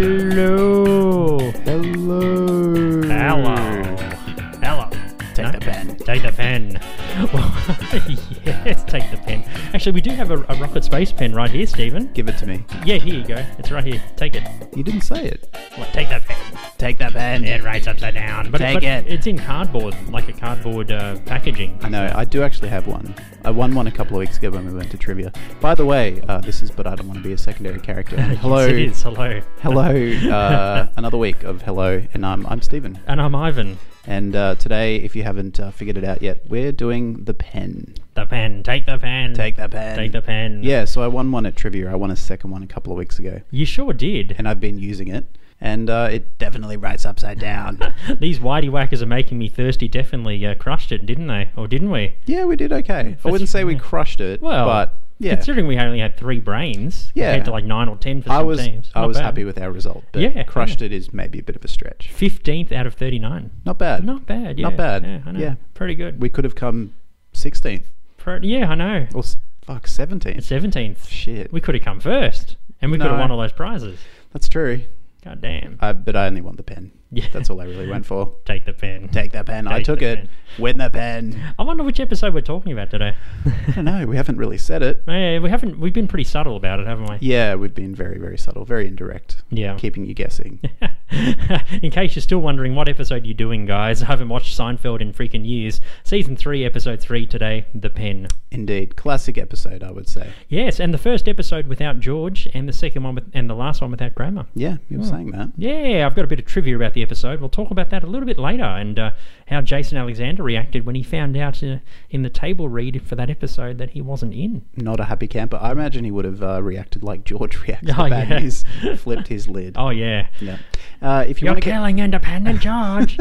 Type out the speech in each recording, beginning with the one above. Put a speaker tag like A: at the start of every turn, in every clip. A: Hello.
B: Hello.
A: Hello. Hello.
B: Take the pen.
A: Take the pen. yes, take the pen. Actually, we do have a, a rocket space pen right here, Stephen.
B: Give it to me.
A: Yeah, here you go. It's right here. Take it.
B: You didn't say it.
A: What, take that pen.
B: Take that pen.
A: It writes upside down. But,
B: Take
A: but
B: it. Um,
A: It's in cardboard, like a cardboard uh, packaging.
B: I know. I do actually have one. I won one a couple of weeks ago when we went to trivia. By the way, uh, this is. But I don't want to be a secondary character. And hello.
A: Yes, it is. Hello.
B: Hello. Uh, another week of hello, and I'm I'm Stephen.
A: And I'm Ivan.
B: And uh, today, if you haven't uh, figured it out yet, we're doing the pen.
A: The pen. Take the pen.
B: Take the pen.
A: Take the pen.
B: Yeah. So I won one at trivia. I won a second one a couple of weeks ago,
A: You sure did.
B: and I've been using it. And uh, it definitely writes upside down.
A: These whitey whackers are making me thirsty. Definitely uh, crushed it, didn't they? Or didn't we?
B: Yeah, we did okay. I wouldn't say we crushed it,
A: Well,
B: but yeah,
A: considering we only had three brains
B: Yeah.
A: compared to like nine or ten for
B: I
A: some
B: was
A: teams.
B: I
A: Not
B: was
A: bad.
B: happy with our result. But
A: Yeah,
B: crushed
A: yeah.
B: it is maybe a bit of a stretch.
A: Fifteenth out of thirty-nine.
B: Not bad.
A: Not bad. Yeah.
B: Not bad.
A: Yeah, I know.
B: Yeah.
A: pretty good.
B: We could have come sixteenth
A: Pre- yeah, I know.
B: or s- fuck seventeenth.
A: Seventeenth.
B: Shit,
A: We could have come first, and we could have
B: No.
A: won all those prizes.
B: that's true.
A: God damn.
B: I, but I only want the pen.
A: Yeah.
B: That's all I really went for.
A: Take the pen.
B: Take that pen. I
A: Take
B: took
A: the
B: it.
A: pen.
B: Win the pen.
A: I wonder which episode we're talking about today.
B: I don't know. We haven't really said it.
A: Yeah, we haven't. We've been pretty subtle about it, haven't we?
B: Yeah, we've been very, very subtle, very indirect,
A: Yeah.
B: keeping you guessing.
A: in case you're still wondering what episode you're doing, guys, I haven't watched Seinfeld in freaking years. Season 3, episode 3 today, The Pen.
B: Indeed, classic episode, I would say.
A: Yes, and the first episode without George, and the second one with, and the last one without Grammar.
B: Yeah, you
A: Hmm.
B: were saying that.
A: Yeah, I've got a bit of trivia about the episode. We'll talk about that a little bit later and uh, how Jason Alexander reacted when he found out uh, in the table read for that episode that he wasn't in.
B: not a happy camper. I imagine he would have uh, reacted like George reacts to
A: Oh,
B: bad
A: yeah.
B: news, flipped his lid.
A: Oh, yeah.
B: Yeah. Uh, if you
A: You're
B: want to get,
A: killing independent George.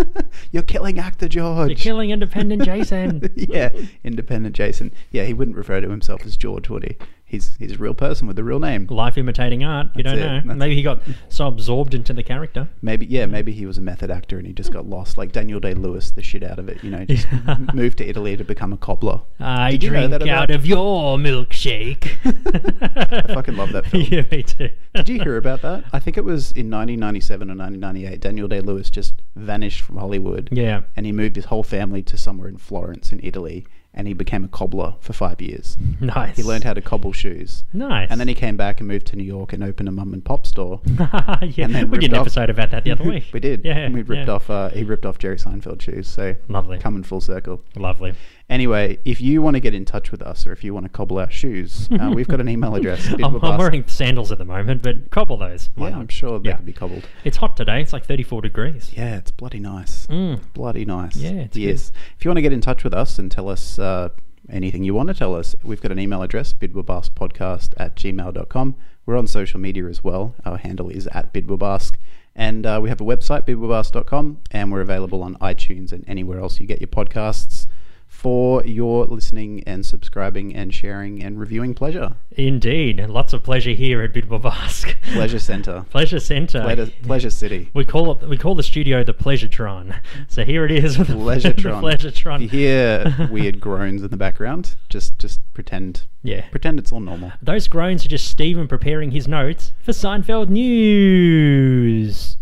B: you're killing actor George.
A: You're killing independent Jason.
B: yeah, independent Jason. Yeah, he wouldn't refer to himself as George, would he? He's he's a real person with a real name.
A: Life imitating art. You
B: That's
A: don't
B: it,
A: know.
B: that's
A: Maybe he got so absorbed into the character.
B: Maybe yeah, maybe he was a method actor and he just got lost, like Daniel Day Lewis, the shit out of it. You know, just m- moved to Italy to become a cobbler.
A: I
B: Did you know
A: drink
B: that about-
A: out of your milkshake.
B: I fucking love that film.
A: yeah, me too.
B: Did you hear about that? I think it was in 1997 or 1998. Daniel Day Lewis just vanished from Hollywood.
A: Yeah.
B: and he moved his whole family to somewhere in Florence in Italy and he became a cobbler for five years.
A: Nice.
B: He learned how to cobble shoes.
A: Nice.
B: And then he came back and moved to New York and opened a mum and pop store.
A: yeah,
B: and then
A: we did
B: ripped
A: an
B: off-
A: episode about that the other week.
B: We did.
A: Yeah.
B: We ripped
A: yeah.
B: off uh, he ripped off Jerry Seinfeld shoes, so
A: Lovely.
B: coming full circle.
A: Lovely.
B: Anyway, if you want to get in touch with us or if you want to cobble our shoes, uh, we've got an email address. Bit of a
A: I'm, I'm
B: bust.
A: wearing sandals at the moment, but cobble those. Why
B: yeah,
A: not?
B: I'm sure they
A: Yeah.
B: could be cobbled.
A: It's hot today. It's like 34 degrees.
B: Yeah, it's bloody nice.
A: Mm.
B: bloody nice.
A: Yeah, it's good.
B: yes. If you want to get in touch with us and tell us uh, anything you want to tell us, we've got an email address, bidwabaskpodcast at gmail.com. We're on social media as well. Our handle is at bidwabask. And uh, we have a website, bidwabask.com, and we're available on iTunes and anywhere else you get your podcasts for your listening and subscribing and sharing and reviewing pleasure.
A: Indeed. Lots of pleasure here at Bidwabask.
B: Pleasure Center.
A: pleasure Centre.
B: pleasure, pleasure City.
A: We call it. We call the studio the Pleasuretron. So here it is with the
B: Pleasuretron.
A: Pleasuretron.
B: If you hear weird groans in the background, just just pretend
A: Yeah.
B: pretend it's all normal.
A: Those groans are just Stephen preparing his notes for Seinfeld news.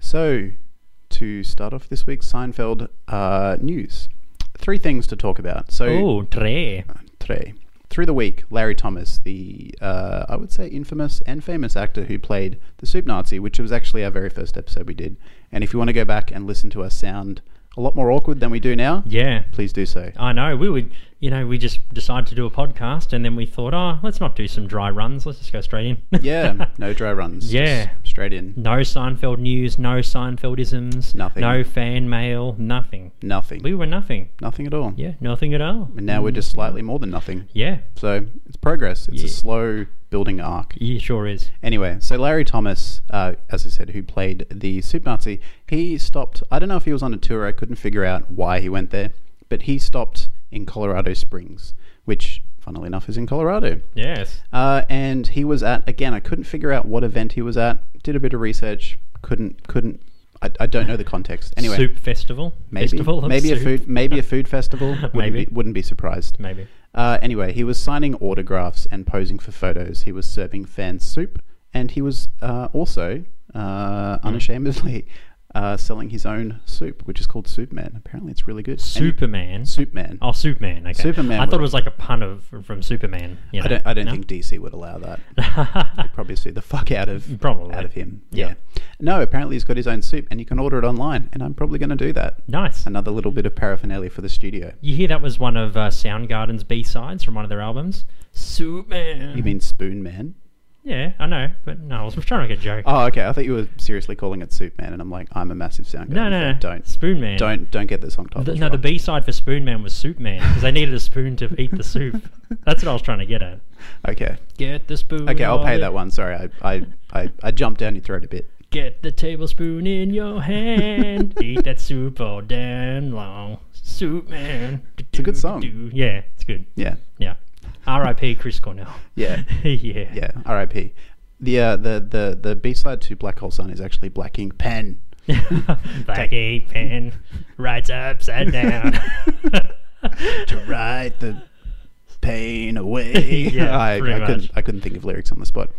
B: So, to start off this week's Seinfeld uh, news, three things to talk about. So,
A: Oh, tre.
B: today, through the week, Larry Thomas, the uh, I would say infamous and famous actor who played the Soup Nazi, which was actually our very first episode we did. And if you want to go back and listen to us sound a lot more awkward than we do now,
A: Yeah.
B: please do so.
A: I know. We would, you know, we just decided to do a podcast and then we thought, oh, let's not do some dry runs. Let's just go straight in.
B: Yeah, no dry runs.
A: Yeah.
B: just straight in.
A: no Seinfeld news, no Seinfeldisms,
B: Nothing.
A: no fan mail, nothing.
B: Nothing.
A: We were nothing.
B: nothing at all.
A: Yeah, nothing at all.
B: And now we're just slightly more than nothing.
A: Yeah,
B: So it's progress. It's a
A: Yeah.
B: slow building arc.
A: yeah, sure is.
B: Anyway, so Larry Thomas, uh, as I said, who played the Soup Nazi, he stopped. I don't know if he was on a tour. I couldn't figure out why he went there, but he stopped in Colorado Springs, which, funnily enough, is in Colorado.
A: Yes.
B: Uh, and he was at again. I couldn't figure out what event he was at. Did a bit of research. Couldn't couldn't I, I don't know the context. Anyway,
A: soup festival.
B: maybe
A: festival of
B: maybe a
A: soup.
B: food maybe a food festival. Wouldn't
A: Maybe.
B: be, wouldn't be surprised.
A: Maybe.
B: Uh, anyway, he was signing autographs and posing for photos. He was serving fans soup, and he was uh, also uh,
A: Hmm.
B: unashamedly uh, selling his own soup, which is called Soup Man. Apparently, it's really good. And he-
A: Superman.
B: Soup Man.
A: Oh, Superman. Okay.
B: Superman
A: I thought
B: would-
A: it was like a pun of from Superman. You know?
B: I don't. I don't
A: No?
B: think DC would allow that. Probably sue the fuck out of
A: Probably.
B: out of him.
A: Yeah.
B: yeah. No, apparently he's got his own soup, and you can order it online. And I'm probably going to do that.
A: nice.
B: Another little bit of paraphernalia for the studio.
A: You hear that was one of uh, Soundgarden's B sides from one of their albums. Superman.
B: You mean Spoon Man?
A: Yeah, I know, but no, I was trying to make a joke.
B: Oh, okay. I thought you were seriously calling it Soup Man, and I'm like, I'm a massive sound.
A: no,
B: Garden
A: no,
B: fan.
A: no.
B: Don't
A: Spoon Man.
B: don't don't get the song title.
A: The, no, the B side for Spoon Man was Soup Man because they needed a spoon to eat the soup. That's what I was trying to get at.
B: Okay,
A: Get the spoon.
B: okay. I'll
A: on
B: pay
A: the-
B: that one. Sorry, I I I, I jumped down your throat a bit.
A: Get the tablespoon in your hand. Eat that soup all damn long. Soup man. It's
B: a good song.
A: Yeah, it's good.
B: Yeah,
A: Yeah. R.I.P. Chris Cornell.
B: yeah,
A: yeah.
B: yeah. R.I.P. The uh, the the the B side to Black Hole Sun is actually Black Ink Pen.
A: Black ink pen writes upside down.
B: to write the pain away.
A: Yeah,
B: I, I
A: pretty
B: couldn't
A: much.
B: I couldn't think of lyrics on the spot.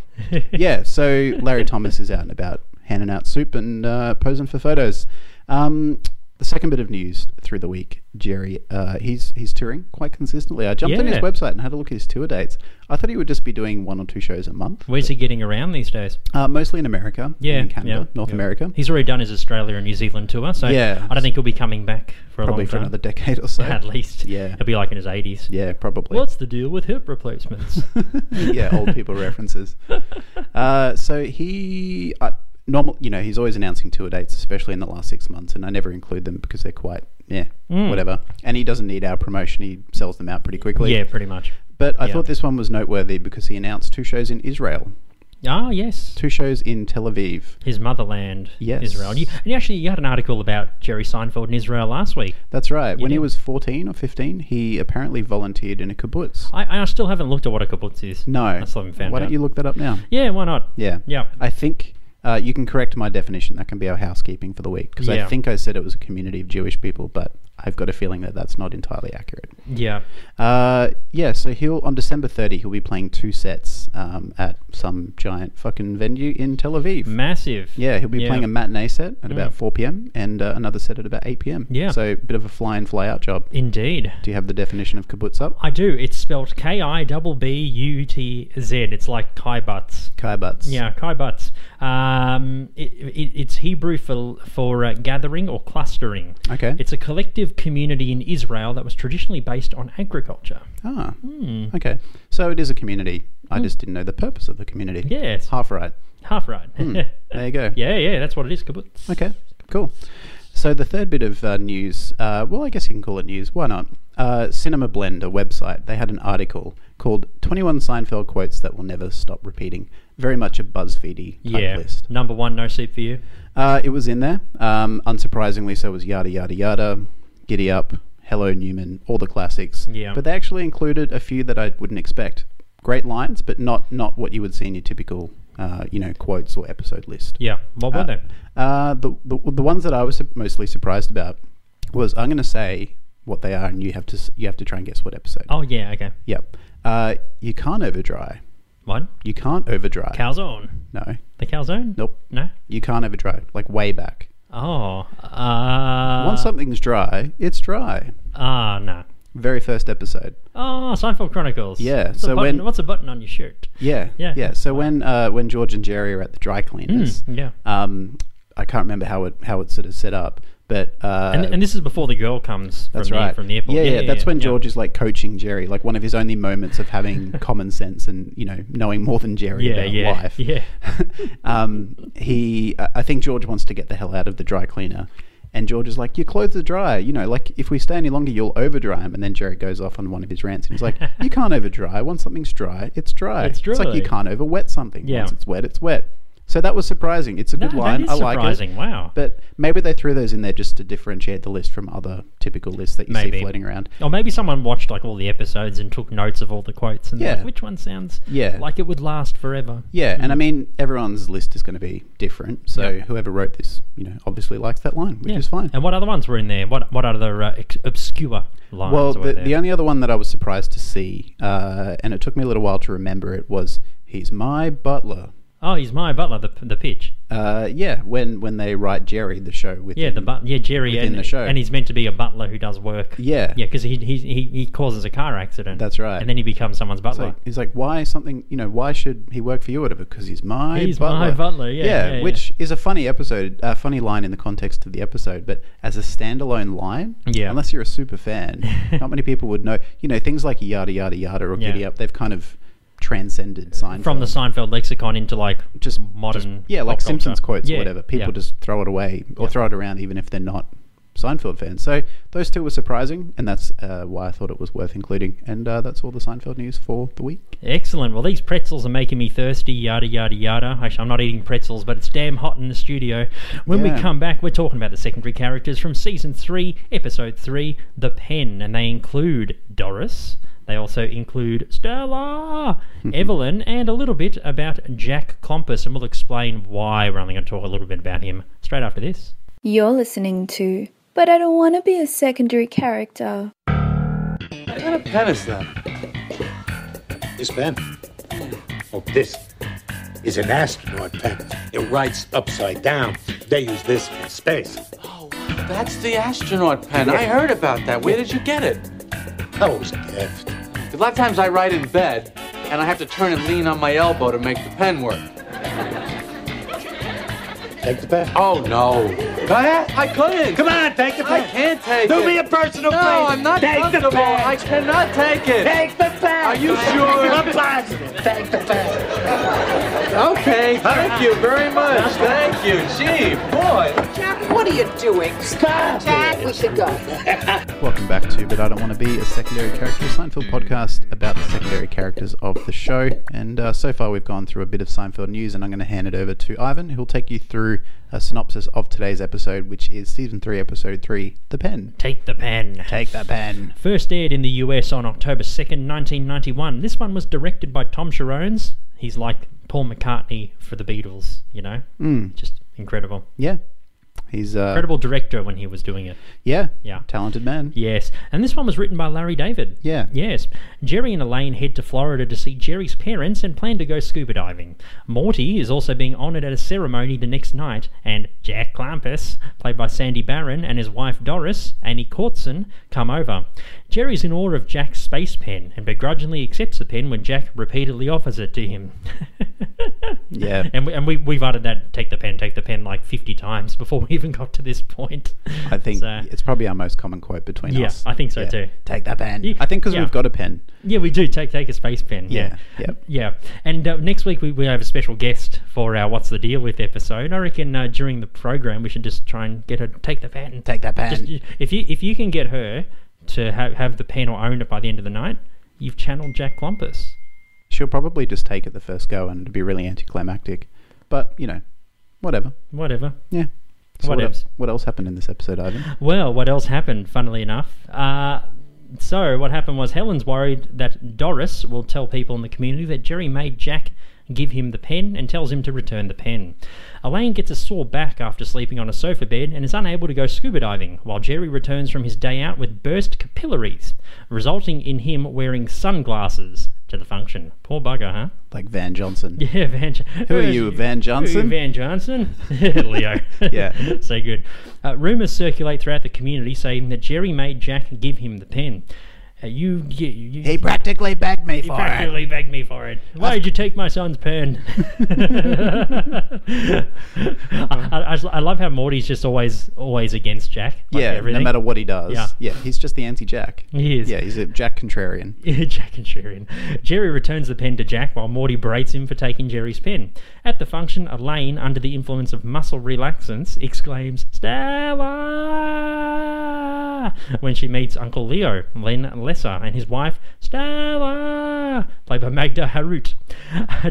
B: yeah, so Larry Thomas is out and about handing out soup and uh, posing for photos. Um, the second bit of news through the week, Jerry, uh, he's he's touring quite consistently. I jumped on his
A: Yeah.
B: website and had a look at his tour dates. I thought he would just be doing one or two shows a month,
A: Where's he getting around these days?
B: uh, mostly in America,
A: Yeah,
B: in Canada,
A: yeah,
B: North
A: yeah.
B: America,
A: He's already done his Australia and New Zealand tour, so
B: Yeah.
A: I don't think he'll be coming back for
B: probably
A: a long
B: for
A: time.
B: another decade or so.
A: At least.
B: Yeah.
A: He'll be like in his 80s.
B: Yeah, probably.
A: What's the deal with hip replacements?
B: yeah, old people references. Uh, so he, uh, normal, you know, he's always announcing tour dates, especially in the last six months, and I never include them because they're quite, yeah,
A: Mm.
B: whatever. And he doesn't need our promotion; he sells them out pretty quickly.
A: yeah, pretty much.
B: But I
A: yeah.
B: thought this one was noteworthy because he announced two shows in Israel,
A: Ah, yes.
B: two shows in Tel Aviv.
A: His motherland,
B: Yes.
A: Israel. And you, and you actually you had an article about Jerry Seinfeld in Israel last week.
B: That's right. when he
A: did.
B: was fourteen or fifteen, he apparently volunteered in a kibbutz.
A: I, I still haven't looked at what a kibbutz is.
B: No,
A: I still haven't found
B: Why
A: out.
B: don't you look that up now?
A: Yeah, why not?
B: Yeah.
A: Yeah.
B: I think uh, you can correct my definition. That can be our housekeeping for the week because I
A: Yeah.
B: think I said it was a community of Jewish people, but I've got a feeling that that's not entirely accurate.
A: Yeah.
B: Uh, yeah, so he'll on December 30 he'll be playing two sets um, at some giant fucking venue in Tel Aviv.
A: Massive.
B: yeah, he'll be
A: Mm. Yeah. Mm.
B: playing a matinee set at about 4 p.m. and uh, another set at about 8 p.m.
A: Yeah.
B: so a bit of a fly in fly out job.
A: Indeed.
B: Do you have the definition of kibbutz up?
A: I do. It's spelled K I double B U T Z. It's like Kai Butts.
B: Kai Butts.
A: Yeah, Kai Butts. Um, it, it, it's Hebrew for for uh, gathering or clustering.
B: Okay.
A: It's a collective community in Israel that was traditionally based on agriculture.
B: Ah.
A: Hmm.
B: Okay. So it is a community. I just didn't know the purpose of the community.
A: Yeah, it's half,
B: Half right.
A: right.
B: Hmm. There you go.
A: yeah, yeah, that's what it is. Kibbutz.
B: Okay. Cool. So the third bit of uh, news, uh, well, I guess you can call it news. Why not? Uh, Cinema Blend, a website, they had an article called "21 Seinfeld Quotes That Will Never Stop Repeating." Very much a BuzzFeedy type
A: Yeah.
B: list.
A: Number one, no seat for you.
B: Uh, it was in there. Um, unsurprisingly, so was Yada Yada Yada, Giddy Up, Hello Newman, all the classics.
A: Yeah.
B: But they actually included a few that I wouldn't expect. Great lines, but not not what you would see in your typical, uh, you know, quotes or episode list.
A: Yeah. What were
B: Uh,
A: they?
B: Uh, the, the the ones that I was su- mostly surprised about was I'm going to say what they are, and you have to s- you have to try and guess what episode.
A: Oh yeah. Okay.
B: Yep. Uh, you can't overdry.
A: One.
B: You can't overdry.
A: Calzone.
B: no.
A: The calzone.
B: Nope.
A: No.
B: You can't overdry. Like way back.
A: Oh. Uh,
B: Once something's dry, it's dry.
A: Ah no.
B: Very first episode.
A: Oh, Seinfeld Chronicles.
B: Yeah,
A: What's a
B: so
A: button-
B: when-
A: what's a button on your shirt?
B: Yeah.
A: Yeah.
B: Yeah. So when uh, when George and Jerry are at the dry cleaners,
A: Hmm, yeah.
B: um, I can't remember how it how it's sort of set up, but uh,
A: And, and this is before the girl comes from,
B: That's
A: the,
B: right.
A: from the airport.
B: Yeah, yeah, that's when
A: yeah.
B: George is like coaching Jerry, like one of his only moments of having common sense and you know knowing more than Jerry
A: Yeah,
B: about
A: yeah,
B: life.
A: yeah.
B: um, he, I I think George wants to get the hell out of the dry cleaner, and George is like, "Your clothes are dry. You know, like if we stay any longer, you'll overdry them." And then Jerry goes off on one of his rants, and he's like, "You can't overdry. Once something's dry, it's dry.
A: It's
B: like you
A: dry.
B: can't overwet something.
A: Yeah.
B: Once it's wet, it's wet." So that was surprising. It's a good
A: No,
B: line.
A: That is
B: I like
A: surprising.
B: it.
A: Wow.
B: But maybe they threw those in there just to differentiate the list from other typical lists that you
A: Maybe.
B: see floating around.
A: Or maybe someone watched like all the episodes and took notes of all the quotes and they're
B: Yeah.
A: like, which one sounds
B: Yeah.
A: like it would last forever.
B: Yeah, and I mean everyone's list is going to be different. So
A: Yeah.
B: whoever wrote this, you know, obviously likes that line, which
A: Yeah.
B: is fine.
A: And what other ones were in there? What what other uh, ex- obscure lines
B: Well,
A: were
B: the,
A: there?
B: the only other one that I was surprised to see, uh, and it took me a little while to remember it, was "He's my butler."
A: oh, he's my butler, the, the pitch.
B: Uh, yeah, when when they write Jerry the show with
A: Yeah, the but yeah Jerry
B: within
A: and,
B: the show.
A: and he's meant to be a butler who does work.
B: Yeah.
A: yeah, because he, he he he causes a car accident.
B: That's right.
A: And then he becomes someone's
B: It's
A: butler.
B: like, he's like, why something? You know, why should he work for you? or Whatever, because he's my
A: He's
B: butler.
A: my butler, yeah, yeah, yeah.
B: which is a funny episode, a funny line in the context of the episode, but as a standalone line,
A: Yeah.
B: unless you're a super fan, not many people would know. You know, things like yada yada yada or
A: Yeah.
B: giddy up, they've kind of transcended Seinfeld
A: From the Seinfeld lexicon into like
B: just
A: modern
B: yeah, like
A: pop culture.
B: Simpsons quotes
A: Yeah,
B: or whatever. People
A: yeah.
B: just throw it away or
A: Yeah.
B: throw it around, even if they're not Seinfeld fans. So those two were surprising, and that's uh, why I thought it was worth including. And uh, that's all the Seinfeld news for the week.
A: Excellent. Well, these pretzels are making me thirsty, yada, yada, yada. Actually, I'm not eating pretzels, but it's damn hot in the studio. When we
B: Yeah.
A: come back, we're talking about the secondary characters from season three, episode three, The Pen, and they include Doris. They also include Stella, Evelyn, and a little bit about Jack Compass, and we'll explain why we're only going to talk a little bit about him straight after this.
C: You're listening to But I Don't Want to Be a Secondary Character.
D: What kind of pen is that?
E: This pen. Well, this is an astronaut pen. It writes upside down. They use this in space.
D: Oh, that's the astronaut pen. I heard about that. Where did you get it?
E: That was a gift.
D: 'Cause A lot of times I write in bed, and I have to turn and lean on my elbow to make the pen work.
E: Take the pen.
D: Oh no! I, I couldn't.
E: Come on, take the
D: I
E: pen.
D: can't take it.
E: Do me a personal
D: No,
E: favor.
D: I'm not
E: Take the
D: comfortable.
E: pen.
D: I cannot take it.
E: Take the pen.
D: Are you sure?
E: I'm positive. Take the pen.
D: Okay. Thank you very much. Thank you. Gee, boy.
F: Jack, what are you doing?
E: Stop.
F: Jack, we should go.
B: Welcome back to But I Don't Want to Be a Secondary Character, a Seinfeld podcast about the secondary characters of the show. And uh, so far, we've gone through a bit of Seinfeld news, and I'm going to hand it over to Ivan, who'll take you through a synopsis of today's episode, which is season three, episode three, The Pen.
A: Take the pen.
B: Take the pen.
A: First aired in the US on October 2nd, 1991. This one was directed by Tom Sharones. He's like Paul McCartney for the Beatles, you know? Mm. Just incredible.
B: Yeah. He's uh,
A: Incredible director when he was doing it.
B: Yeah.
A: Yeah.
B: Talented man.
A: Yes. And this one was written by Larry David.
B: Yeah.
A: Yes. Jerry and Elaine head to Florida to see Jerry's parents and plan to go scuba diving. Morty is also being honored at a ceremony the next night, and Jack Clampus, played by Sandy Barron, and his wife Doris, Annie Courtson, come over. Jerry's in awe of Jack's space pen and begrudgingly accepts the pen when Jack repeatedly offers it to him.
B: Yeah.
A: And, we, and we, we've uttered that take the pen, take the pen like 50 times before we even got to this point.
B: I think
A: So-
B: it's probably our most common quote between
A: Yeah,
B: us.
A: I think so too.
B: Take the pen.
A: You-
B: I think because
A: yeah.
B: we've got a pen.
A: Yeah, we do take take a space pen. Yeah,
B: Yeah, yep.
A: yeah. And uh, next week we, we have a special guest for our "What's the Deal with" episode. I reckon uh, during the program we should just try and get her to take the pen.
B: Take the pen.
A: Just, if you if you can get her to have have the pen or own it by the end of the night, you've channeled Jack Clumpus.
B: She'll probably just take it the first go and it'd be really anticlimactic. But, you know, whatever.
A: Whatever.
B: Yeah. So
A: What
B: what,
A: ifs?
B: else, what else happened in this episode, Ivan?
A: Well, what else happened, funnily enough? Uh, so, what happened was Helen's worried that Doris will tell people in the community that Jerry made Jack give him the pen and tells him to return the pen. Elaine gets a sore back after sleeping on a sofa bed and is unable to go scuba diving, while Jerry returns from his day out with burst capillaries, resulting in him wearing sunglasses to the function. Poor bugger, huh?
B: Like Van Johnson.
A: Yeah, Van. Jo-
B: Who are you, Van
A: Who are you,
B: Johnson?
A: Van Johnson? Leo.
B: Yeah.
A: so good. Uh, rumors circulate throughout the community saying that Jerry made Jack give him the pen. Uh, you, you, you,
B: He practically begged me for it.
A: practically begged me for it. Why did you take my son's pen? I, I, I love how Morty's just always always against Jack. like
B: Yeah,
A: everything.
B: no matter what he does.
A: Yeah.
B: he's just the anti Jack.
A: He is.
B: Yeah, he's a Jack contrarian.
A: Jack and Sharon. Jerry returns the pen to Jack while Morty berates him for taking Jerry's pen. At the function, Elaine, under the influence of muscle relaxants, exclaims, Stella! When she meets Uncle Leo, Len Lesser, and his wife, Stella! Played by played by Magda Harut.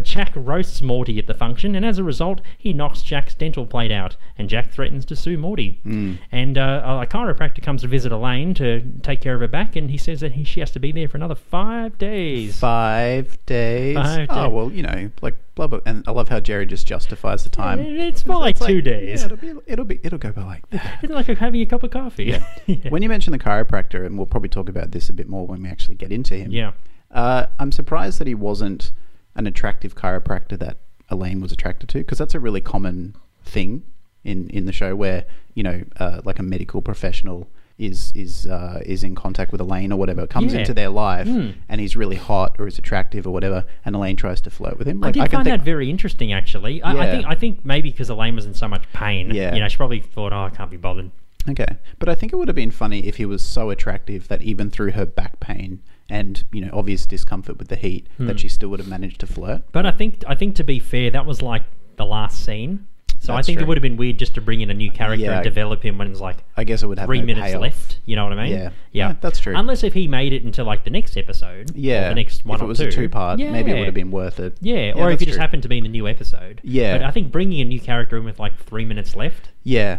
A: Jack roasts Morty at the function, and as a result, he knocks Jack's dental plate out, and Jack threatens to sue Morty.
B: Hmm.
A: And uh, a chiropractor comes to visit Elaine to take care of her back, and he says that he, she has to be there for another five days.
B: Five days.
A: Five
B: Oh
A: days.
B: well, you know, like blah blah. And I love how Jerry just justifies the time.
A: It's more like
B: It's
A: two days.
B: yeah, it'll be it'll be it'll go by like that.
A: It's like having a cup of coffee. yeah.
B: When you mention the chiropractor, and we'll probably talk about this a bit more when we actually get into him.
A: Yeah.
B: Uh, I'm surprised that he wasn't an attractive chiropractor that Elaine was attracted to, because that's a really common thing in, in the show where you know, uh, like a medical professional is is uh, is in contact with Elaine or whatever comes
A: Yeah. Hmm.
B: into their life, and he's really hot or is attractive or whatever, and Elaine tries to flirt with him.
A: I
B: Like
A: did
B: can
A: find
B: think-
A: that very interesting, actually. I, I
B: Yeah.
A: think I think maybe because Elaine was in so much pain,
B: Yeah.
A: you know, she probably thought, "Oh, I can't be bothered."
B: Okay, but I think it would have been funny if he was so attractive that even through her back pain and you know obvious discomfort with the heat,
A: Hmm.
B: that she still would have managed to flirt.
A: But I think I think to be fair, that was like the last scene, so I
B: That's
A: think it
B: true.
A: would have been weird just to bring in a new character
B: Yeah.
A: and develop him when it's like
B: I guess it would have
A: three
B: no
A: minutes
B: payoff.
A: left. You know what I mean?
B: Yeah. Yeah, that's true.
A: Unless if he made it into like the next episode, or
B: Yeah,
A: the next one
B: if
A: or
B: it was
A: two.
B: a two-part, maybe it
A: Yeah.
B: would have been worth it.
A: Yeah, or if
B: that's
A: it just
B: true.
A: happened to be in the new episode.
B: Yeah.
A: But I think bringing a new character in with like three minutes left,
B: Yeah,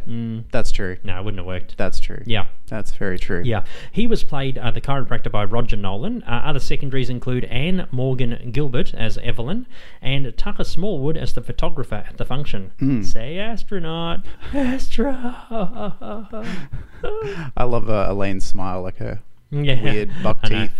B: that's true.
A: no, it wouldn't have worked.
B: That's true.
A: Hmm. yeah.
B: that's very true.
A: Yeah, he was played uh, the chiropractor by Roger Nolan. Uh, other secondaries include Anne Morgan Gilbert as Evelyn and Tucker Smallwood as the photographer at the function.
B: Hmm.
A: Say astronaut, astra.
B: I love uh, Elaine's smile, like her
A: yeah,
B: weird buck
A: I know.
B: teeth,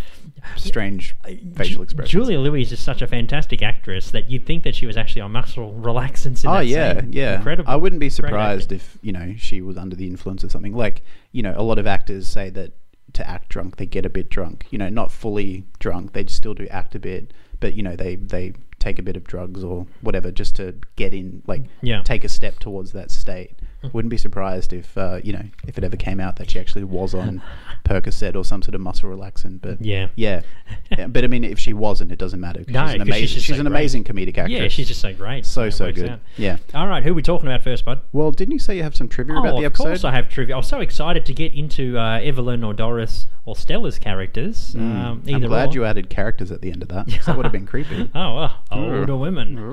B: strange facial expression.
A: Julia Louis is just such a fantastic actress that you'd think that she was actually on muscle relaxants. In
B: Oh
A: that
B: yeah,
A: scene.
B: yeah.
A: incredible.
B: I wouldn't be
A: Great
B: surprised
A: acting.
B: if you know she was under the influence of something. Like you know, a lot of actors say that to act drunk, they get a bit drunk. You know, not fully drunk. They still do act a bit, but you know, they they take a bit of drugs or whatever just to get in, like
A: Yeah. Mm.
B: take a step towards that state. Wouldn't be surprised if uh, you know if it ever came out that she actually was on Percocet or some sort of muscle relaxant. But
A: Yeah.
B: yeah. Yeah, but I mean, if she wasn't, it doesn't matter. 'cause
A: No,
B: she's an
A: 'cause she's
B: amazing, she's,
A: just so
B: an
A: great.
B: amazing comedic actress.
A: Yeah, she's just so great.
B: so
A: It
B: so
A: works
B: good.
A: out.
B: Yeah.
A: All right, who are we talking about first, bud?
B: Well, didn't you say you have some trivia about the
A: Oh, of
B: episode?
A: course I have trivia. I was so excited to get into uh, Evelyn or Doris or Stella's characters. Um, either
B: am Mm, glad
A: or.
B: you added characters at the end of that. 'cause That would have been creepy.
A: Oh, well, older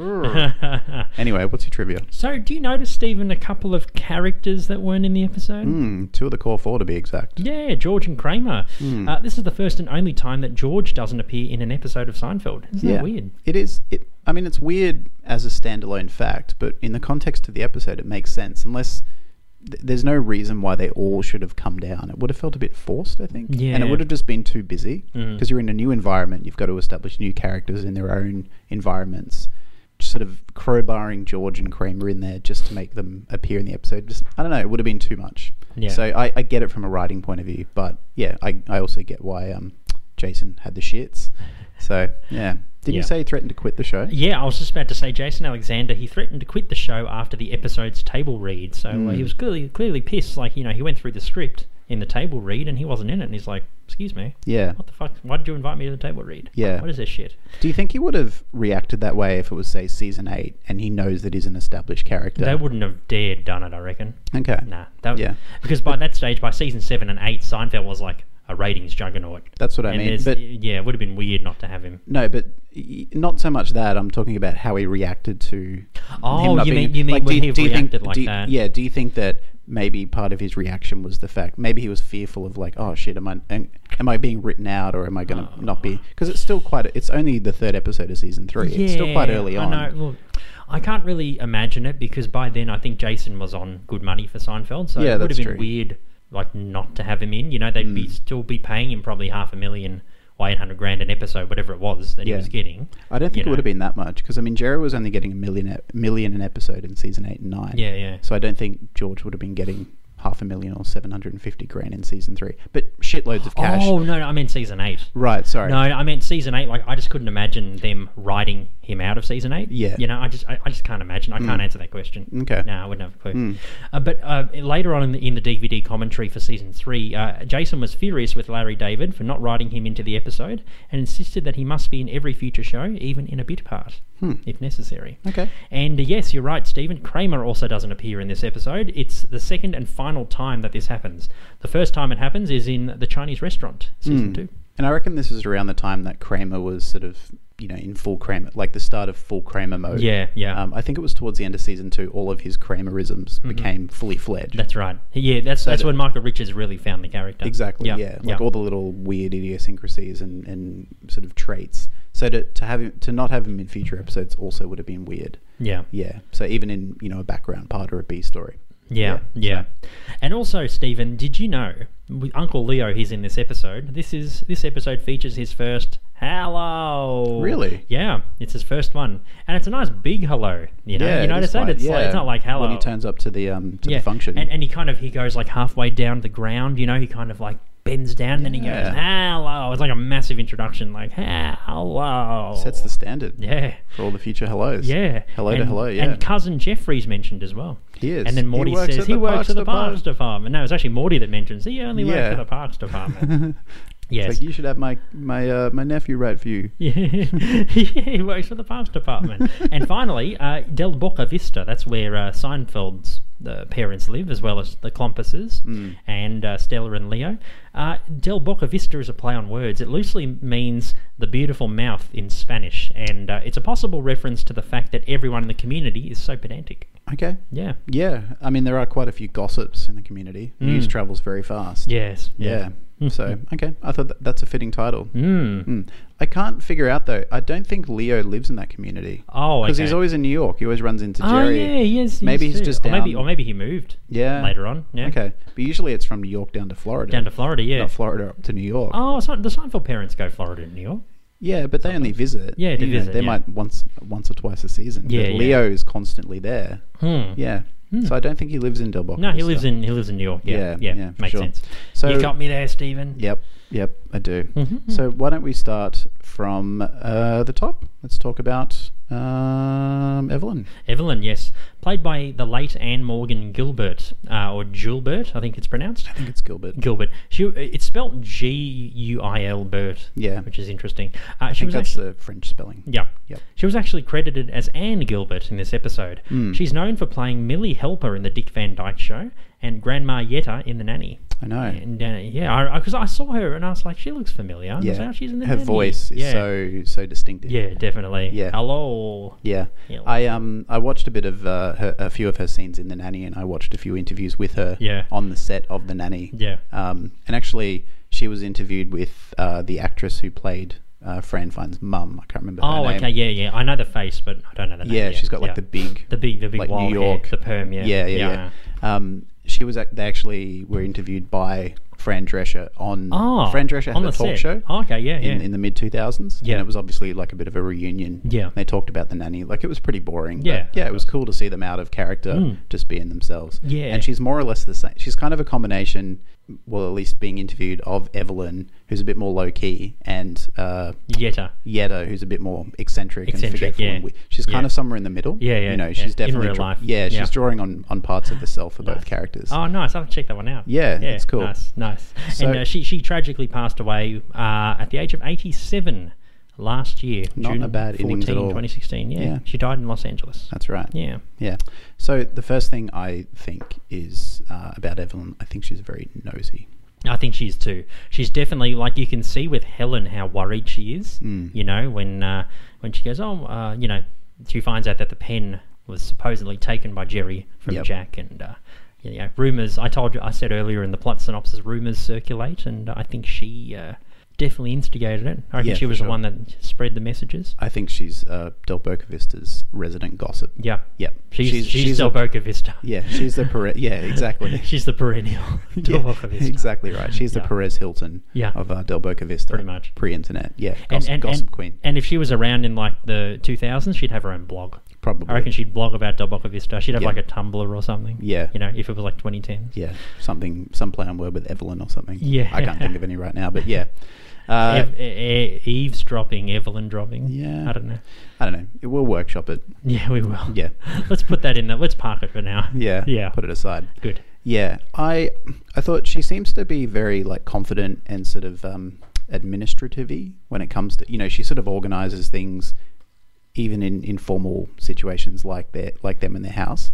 A: women.
B: Anyway, what's your trivia?
A: so, do you notice, Stephen, a couple of characters that weren't in the episode?
B: Hmm, two of the core four to be exact.
A: Yeah, George and Kramer.
B: Mm.
A: Uh, this is the first and only time that George doesn't appear in an episode of Seinfeld. Isn't that weird?
B: It is. It. I mean, it's weird as a standalone fact, but in the context of the episode, it makes sense. Unless th- there's no reason why they all should have come down. It would have felt a bit forced, I think. And
A: Yeah. Mm.
B: it would have just been too busy because you're in a new environment. You've got to establish new characters in their own environments. Just sort of crowbarring George and Kramer in there just to make them appear in the episode. Just I don't know. It would have been too much.
A: Yeah.
B: So I, I get it from a writing point of view, but yeah, I, I also get why um, Jason had the shits. So yeah, did
A: Yeah.
B: you say he threatened to quit the show?
A: Yeah, I was just about to say, Jason Alexander. He threatened to quit the show after the episode's table read, so uh,
B: Mm.
A: he was clearly clearly pissed. Like you know, he went through the script in the table read, and he wasn't in it. And he's like, "Excuse me,
B: Yeah.
A: what the fuck? Why did you invite me to the table read?
B: Yeah.
A: what is this shit?"
B: Do you think he would have reacted that way if it was say season eight and he knows that he's an established character?
A: They wouldn't have dared done it, I reckon.
B: Okay.
A: Nah, that,
B: Yeah.
A: because by that stage, by season seven and eight, Seinfeld was like a ratings juggernaut.
B: That's what I
A: and
B: mean,
A: there's-
B: but-
A: yeah, it would have been weird not to have him.
B: No, but y- not so much that. I'm talking about how he reacted to.
A: Oh,
B: him not
A: you
B: being-
A: mean- you mean
B: do
A: would
B: you-
A: he have
B: do you think-
A: reacted like
B: do you-
A: that?
B: Yeah. Do you think that maybe part of his reaction was the fact maybe he was fearful of like, oh shit, am I am, am I being written out or am I going to
A: Oh.
B: not be? Because it's still quite. It's only the third episode of season three. it's still quite
A: Yeah,
B: early
A: I
B: on.
A: know. Look, I can't really imagine it because by then I think Jason was on good money for Seinfeld, so
B: Yeah,
A: it would have
B: that's
A: been
B: true. Mm.
A: weird like not to have him in. You know, they'd be still be paying him probably half a million or eight hundred grand an episode, whatever it was that he
B: Yeah.
A: was getting.
B: I don't
A: you
B: think it
A: know.
B: would have been that much because I mean Jerry was only getting a million e- million an episode in season eight and nine.
A: Yeah, yeah.
B: So I don't think George would have been getting half a million or seven hundred and fifty grand in season three, but shitloads of cash.
A: Oh no, no, I meant season eight.
B: Right, sorry.
A: No, I meant season eight. Like I just couldn't imagine them writing him out of season eight.
B: Yeah. Mm.
A: you know, I just I, I just can't imagine. I can't answer that question.
B: Okay. Mm.
A: no, I wouldn't have a clue. Uh, but uh, later on in the, in the DVD commentary for season three, uh, Jason was furious with Larry David for not writing him into the episode and insisted that he must be in every future show, even in a bit part, if necessary.
B: Hmm. Okay.
A: And uh, yes, you're right, Stephen. Kramer also doesn't appear in this episode. It's the
B: Hmm.
A: second and final time that this happens. The first time it happens is in the Chinese restaurant, season two.
B: And I reckon this was around the time that Kramer was sort of, you know, in full Kramer, like the start of full Kramer mode.
A: Yeah, yeah. Mm-hmm.
B: Um, I think it was towards the end of season two, all of his Kramerisms became fully fledged.
A: That's right. Yeah, that's that's
B: that-
A: when Michael Richards really found the character.
B: Exactly. Yeah. Like all the little weird idiosyncrasies and, and sort of traits. So to, to have him, to not have him in future episodes also would have been weird.
A: yeah.
B: Yeah. So even in, you know, a background part or a B story.
A: Yeah, yeah. And also, Stephen, did you know with Uncle Leo? He's in this episode. This is this episode features his first hello.
B: Really?
A: Yeah, it's his first one, and it's a nice big hello. You know, you notice
B: it's
A: that
B: like-
A: it's like, it's not like hello.
B: When he turns up to the um to
A: yeah.
B: the function.
A: and, and he kind of he goes like halfway down the ground. You know, he kind of like bends down, and then he goes
B: Yeah.
A: hello. It's like a massive introduction, like hello.
B: sets the standard
A: yeah.
B: for all the future hellos.
A: Yeah.
B: Hello
A: and,
B: to hello, yeah.
A: And cousin Jeffrey's mentioned as well.
B: He is.
A: And then
B: He
A: Morty
B: works
A: says
B: at
A: he
B: the
A: works
B: Parks
A: at the
B: Department."
A: Parks Department. No, it's actually Morty that mentions he only works
B: Yeah.
A: at the Parks Department. yes.
B: It's like you should have my my uh, my nephew write for you.
A: yeah, he works for the Parks Department. and finally, uh, Del Boca Vista. That's where uh, Seinfeld's the parents live, as well as the Clompuses
B: Mm.
A: and uh, Stella and Leo. Uh, Del Boca Vista is a play on words. It loosely means the beautiful mouth in Spanish, and uh, it's a possible reference to the fact that everyone in the community is so pedantic.
B: Okay.
A: Yeah.
B: Yeah. I mean, there are quite a few gossips in the community.
A: Mm.
B: News travels very fast.
A: Yes.
B: Yeah. so okay, I thought that, that's a fitting title.
A: Mm-hmm. Mm.
B: Mm. I can't figure out though. I don't think Leo lives in that community
A: Oh,
B: because
A: okay.
B: he's always in New York. He always runs into
A: Oh
B: Jerry.
A: yeah, he is. he
B: Maybe
A: is
B: he's
A: too.
B: just
A: or maybe,
B: down-
A: or maybe he moved.
B: Yeah.
A: Later on. Yeah.
B: Okay, but usually it's from New York down to Florida.
A: Down to Florida. Yeah.
B: Not Florida up to New York.
A: Oh, so the Seinfeld parents go Florida and New York.
B: Yeah, but they only visit.
A: Yeah, they
B: you know,
A: visit,
B: They
A: yeah.
B: might once once or twice a season. but
A: Yeah, yeah.
B: Leo is constantly there.
A: Hmm.
B: Yeah. So I don't think he lives in Delbock.
A: No, he lives in he lives in New York. Yeah, yeah,
B: Yeah, yeah, for
A: makes
B: sure.
A: sense.
B: So-
A: you got me there, Stephen.
B: Yep, yep, I do.
A: Mm-hmm.
B: So why don't we start from uh, the top? Let's talk about um, Evelyn.
A: Evelyn, yes, played by the late Anne Morgan Gilbert uh, or Gilbert, I think it's pronounced.
B: I think it's Gilbert.
A: Gilbert. She it's spelled G U I L Bert.
B: Yeah.
A: which is interesting. Uh,
B: I
A: she
B: think
A: was
B: that's
A: actually,
B: the French spelling.
A: yeah.
B: Yep.
A: She was actually credited as Anne Gilbert in this episode.
B: Hmm.
A: She's known for playing Millie Helper in the Dick Van Dyke Show and Grandma Yetta in The Nanny.
B: I know.
A: And uh, yeah, because I, saw her and I was like, she looks familiar. I was
B: yeah.
A: like, "Oh, she's in the
B: Her
A: Nanny."
B: voice is
A: yeah.
B: so so distinctive.
A: Yeah, definitely.
B: Yeah.
A: Hello.
B: Yeah,
A: Yeah.
B: I um I watched a bit of uh, her, a few of her scenes in the nanny, and I watched a few interviews with her
A: Yeah.
B: on the set of the nanny.
A: Yeah.
B: um, and actually she was interviewed with uh, the actress who played uh, Fran Fine's mum. I can't remember. her
A: Oh,
B: name.
A: okay. Yeah, yeah. I know the face, but I don't know the name.
B: Yeah, she's got like the big,
A: the big, the big
B: like
A: wild
B: New York,
A: hair, the perm. Yeah,
B: yeah, yeah. yeah. Um, she was. ac- They actually were interviewed by Fran Drescher on.
A: Oh,
B: Fran Drescher had
A: on
B: a
A: the
B: talk
A: set.
B: show.
A: Oh, okay, yeah,
B: in,
A: yeah.
B: in the mid two thousands.
A: Yeah.
B: and it was obviously like a bit of a reunion.
A: Yeah.
B: they talked about the nanny. Like it was pretty boring. but
A: Yeah. Hmm.
B: yeah, it was cool to see them out of character, just being themselves.
A: Yeah.
B: and she's more or less the same. She's kind of a combination. Well, at least being interviewed of Evelyn, who's a bit more low key, and uh,
A: Yetta.
B: Yetta, who's a bit more eccentric,
A: Eccentric,
B: and forgetful.
A: yeah.
B: And we- she's
A: Yeah.
B: kind of somewhere in the middle.
A: Yeah, yeah,
B: You know,
A: yeah. In
B: she's definitely
A: real
B: dra-
A: life,
B: Yeah,
A: yeah.
B: she's drawing on on parts of herself for both characters.
A: Oh, nice. I'll check that one out.
B: Yeah, it's cool.
A: Nice, nice.
B: So-
A: and uh, she she tragically passed away uh, at the age of eighty seven last year.
B: Not
A: June
B: a bad
A: 14,
B: innings at all.
A: 2016. Yeah.
B: Yeah.
A: she died in Los Angeles.
B: That's right.
A: yeah.
B: Yeah. So the first thing I think is uh, about Evelyn. I think she's very nosy.
A: I think she is too. She's definitely like you can see with Helen how worried she is.
B: Mm.
A: You know when uh, when she goes, oh, uh, you know, she finds out that the pen was supposedly taken by Jerry from
B: Yep.
A: Jack, and uh, you know, rumors. I told you, I said earlier in the plot synopsis, rumors circulate, and I think she uh, definitely instigated it. I reckon
B: Yeah,
A: she
B: for
A: was
B: sure.
A: the one that spread the messages.
B: I think she's uh, Del Boca Vista's resident gossip.
A: Yeah,
B: Yep.
A: She's she's,
B: a-
A: Del Boca Vista.
B: Yeah, she's the Perez. Yeah, exactly.
A: she's the perennial Del
B: Yeah,
A: Boca Vista.
B: Exactly right. She's
A: Yeah.
B: the Perez Hilton
A: Yeah.
B: of uh, Del Boca Vista.
A: Pretty much.
B: Pre-internet. Yeah. Gossip, gossip queen.
A: And if she was around in like the 2000s, she'd have her own blog.
B: Probably.
A: I reckon she'd blog about Delboca Vista. She'd have
B: Yeah.
A: like a Tumblr or something.
B: Yeah.
A: You know, if it was like 2010.
B: yeah, something, some play on word with Evelyn or something.
A: Yeah.
B: I can't think of any right now, but yeah. Uh,
A: Ev- e- e- eavesdropping, Evelyn dropping.
B: Yeah.
A: I don't know.
B: I don't know. We'll workshop it.
A: Yeah, we will.
B: Yeah.
A: Let's put that in there. Let's park it for now.
B: Yeah.
A: Yeah.
B: Put it aside.
A: Good.
B: Yeah. I I thought she seems to be very like confident and sort of um administrative when it comes to you know, she sort of organizes things even in informal situations like their like them in their house.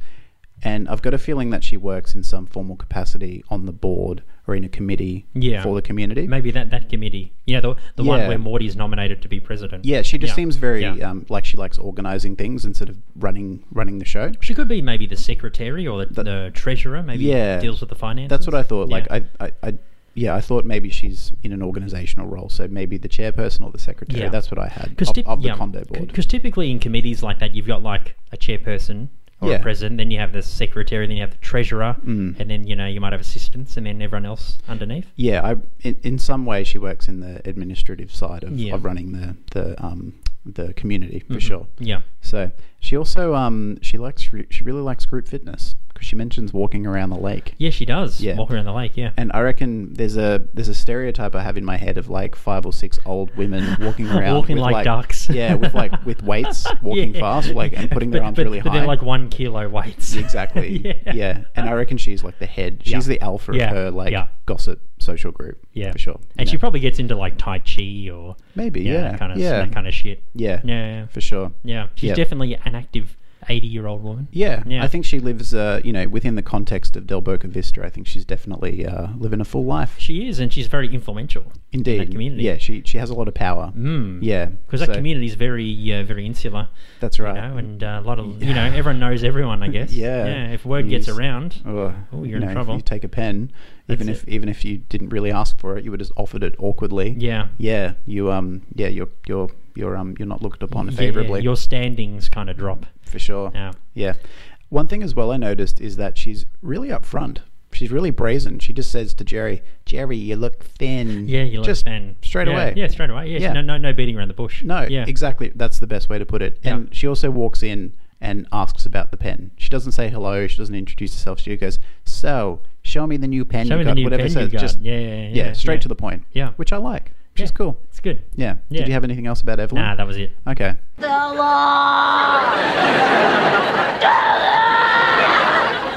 B: And I've got a feeling that she works in some formal capacity on the board or in a committee
A: Yeah.
B: for the community.
A: Maybe that, that committee. You know, the, the one
B: Yeah.
A: where Morty's nominated to be president.
B: Yeah, she just
A: Yeah.
B: seems very
A: Yeah.
B: um, like she likes organizing things instead of running running the show.
A: She could be maybe the secretary or the, the treasurer, maybe
B: Yeah.
A: deals with the finances.
B: That's what I thought. Like
A: Yeah.
B: I, I, I, yeah, I thought maybe she's in an organizational role, so maybe the chairperson or the secretary.
A: Yeah.
B: That's what I had
A: Because
B: of, of the condo board.
A: Because typically in committees like that, you've got like a chairperson or
B: Yeah. Mm.
A: a president, then you have the secretary, then you have the treasurer, and then you know you might have assistants, and then everyone else underneath.
B: yeah, I in, in some way she works in the administrative side of,
A: Yeah. Mm-hmm.
B: of running the the um the community for sure.
A: Yeah,
B: So she also um she likes re- she really likes group fitness because she mentions walking around the lake.
A: yeah, she does.
B: Yeah.
A: walk around the lake. Yeah,
B: And I reckon there's a there's a stereotype I have in my head of like five or six old women walking around,
A: Walking
B: with
A: like ducks.
B: yeah, with like with weights, walking
A: Yeah.
B: fast, like and putting their
A: But-
B: arms
A: but-
B: really
A: but
B: high.
A: they're like one kilo weights.
B: exactly, yeah.
A: yeah.
B: And I reckon she's like the head. She's
A: Yeah.
B: the alpha
A: Yeah.
B: of her like
A: Yeah.
B: gossip social group.
A: Yeah,
B: for sure.
A: And
B: You
A: she
B: know,
A: probably gets into like tai chi or
B: maybe
A: yeah,
B: yeah,
A: that kind of
B: yeah,
A: that kind of shit.
B: yeah,
A: Yeah,
B: for sure.
A: yeah. She's
B: Yeah.
A: definitely an active eighty-year-old woman.
B: Yeah,
A: Yeah.
B: I think she lives, uh, you know, within the context of Del Boca Vista. I think she's definitely uh, living a full life.
A: She is, and she's very influential.
B: Indeed,
A: that community.
B: Yeah, she she has a lot of power. Mm. Yeah,
A: because that
B: so-
A: community is very uh, very insular
B: That's
A: you
B: right.
A: know and uh, a lot of you know everyone knows everyone i guess
B: Mm. Yeah.
A: yeah if word
B: You
A: gets
B: s-
A: around
B: Ugh,
A: Oh, you're
B: you
A: in
B: know, if
A: trouble.
B: you take a pen, even
A: That's
B: if even if you didn't really ask for it, you were just offered it awkwardly.
A: yeah
B: yeah, you um, yeah, you're you're you're um, you're not looked upon
A: Yeah,
B: favorably
A: your standings kind of drop
B: for sure.
A: Yeah.
B: yeah. One thing as well I noticed is that she's really upfront. She's really brazen. She just says to Jerry, "Jerry, you look thin."
A: yeah you look
B: just
A: thin.
B: straight
A: Yeah,
B: away.
A: yeah straight away yeah,
B: Yeah.
A: no no no beating around the bush
B: No,
A: yeah
B: exactly. That's the best way to put it.
A: Yeah.
B: And she also walks in and asks about the pen. She doesn't say hello. She doesn't introduce herself. She goes, "So, show me the new pen
A: Show
B: you
A: me the
B: got."
A: new
B: whatever
A: pen
B: it says,
A: you got.
B: just
A: Yeah, yeah, yeah,
B: straight
A: yeah.
B: to the point.
A: Yeah.
B: which I like. She's
A: Yeah.
B: cool.
A: it's good
B: Yeah.
A: Yeah.
B: Did you have anything else about Evelyn?
A: nah that was it
B: Okay.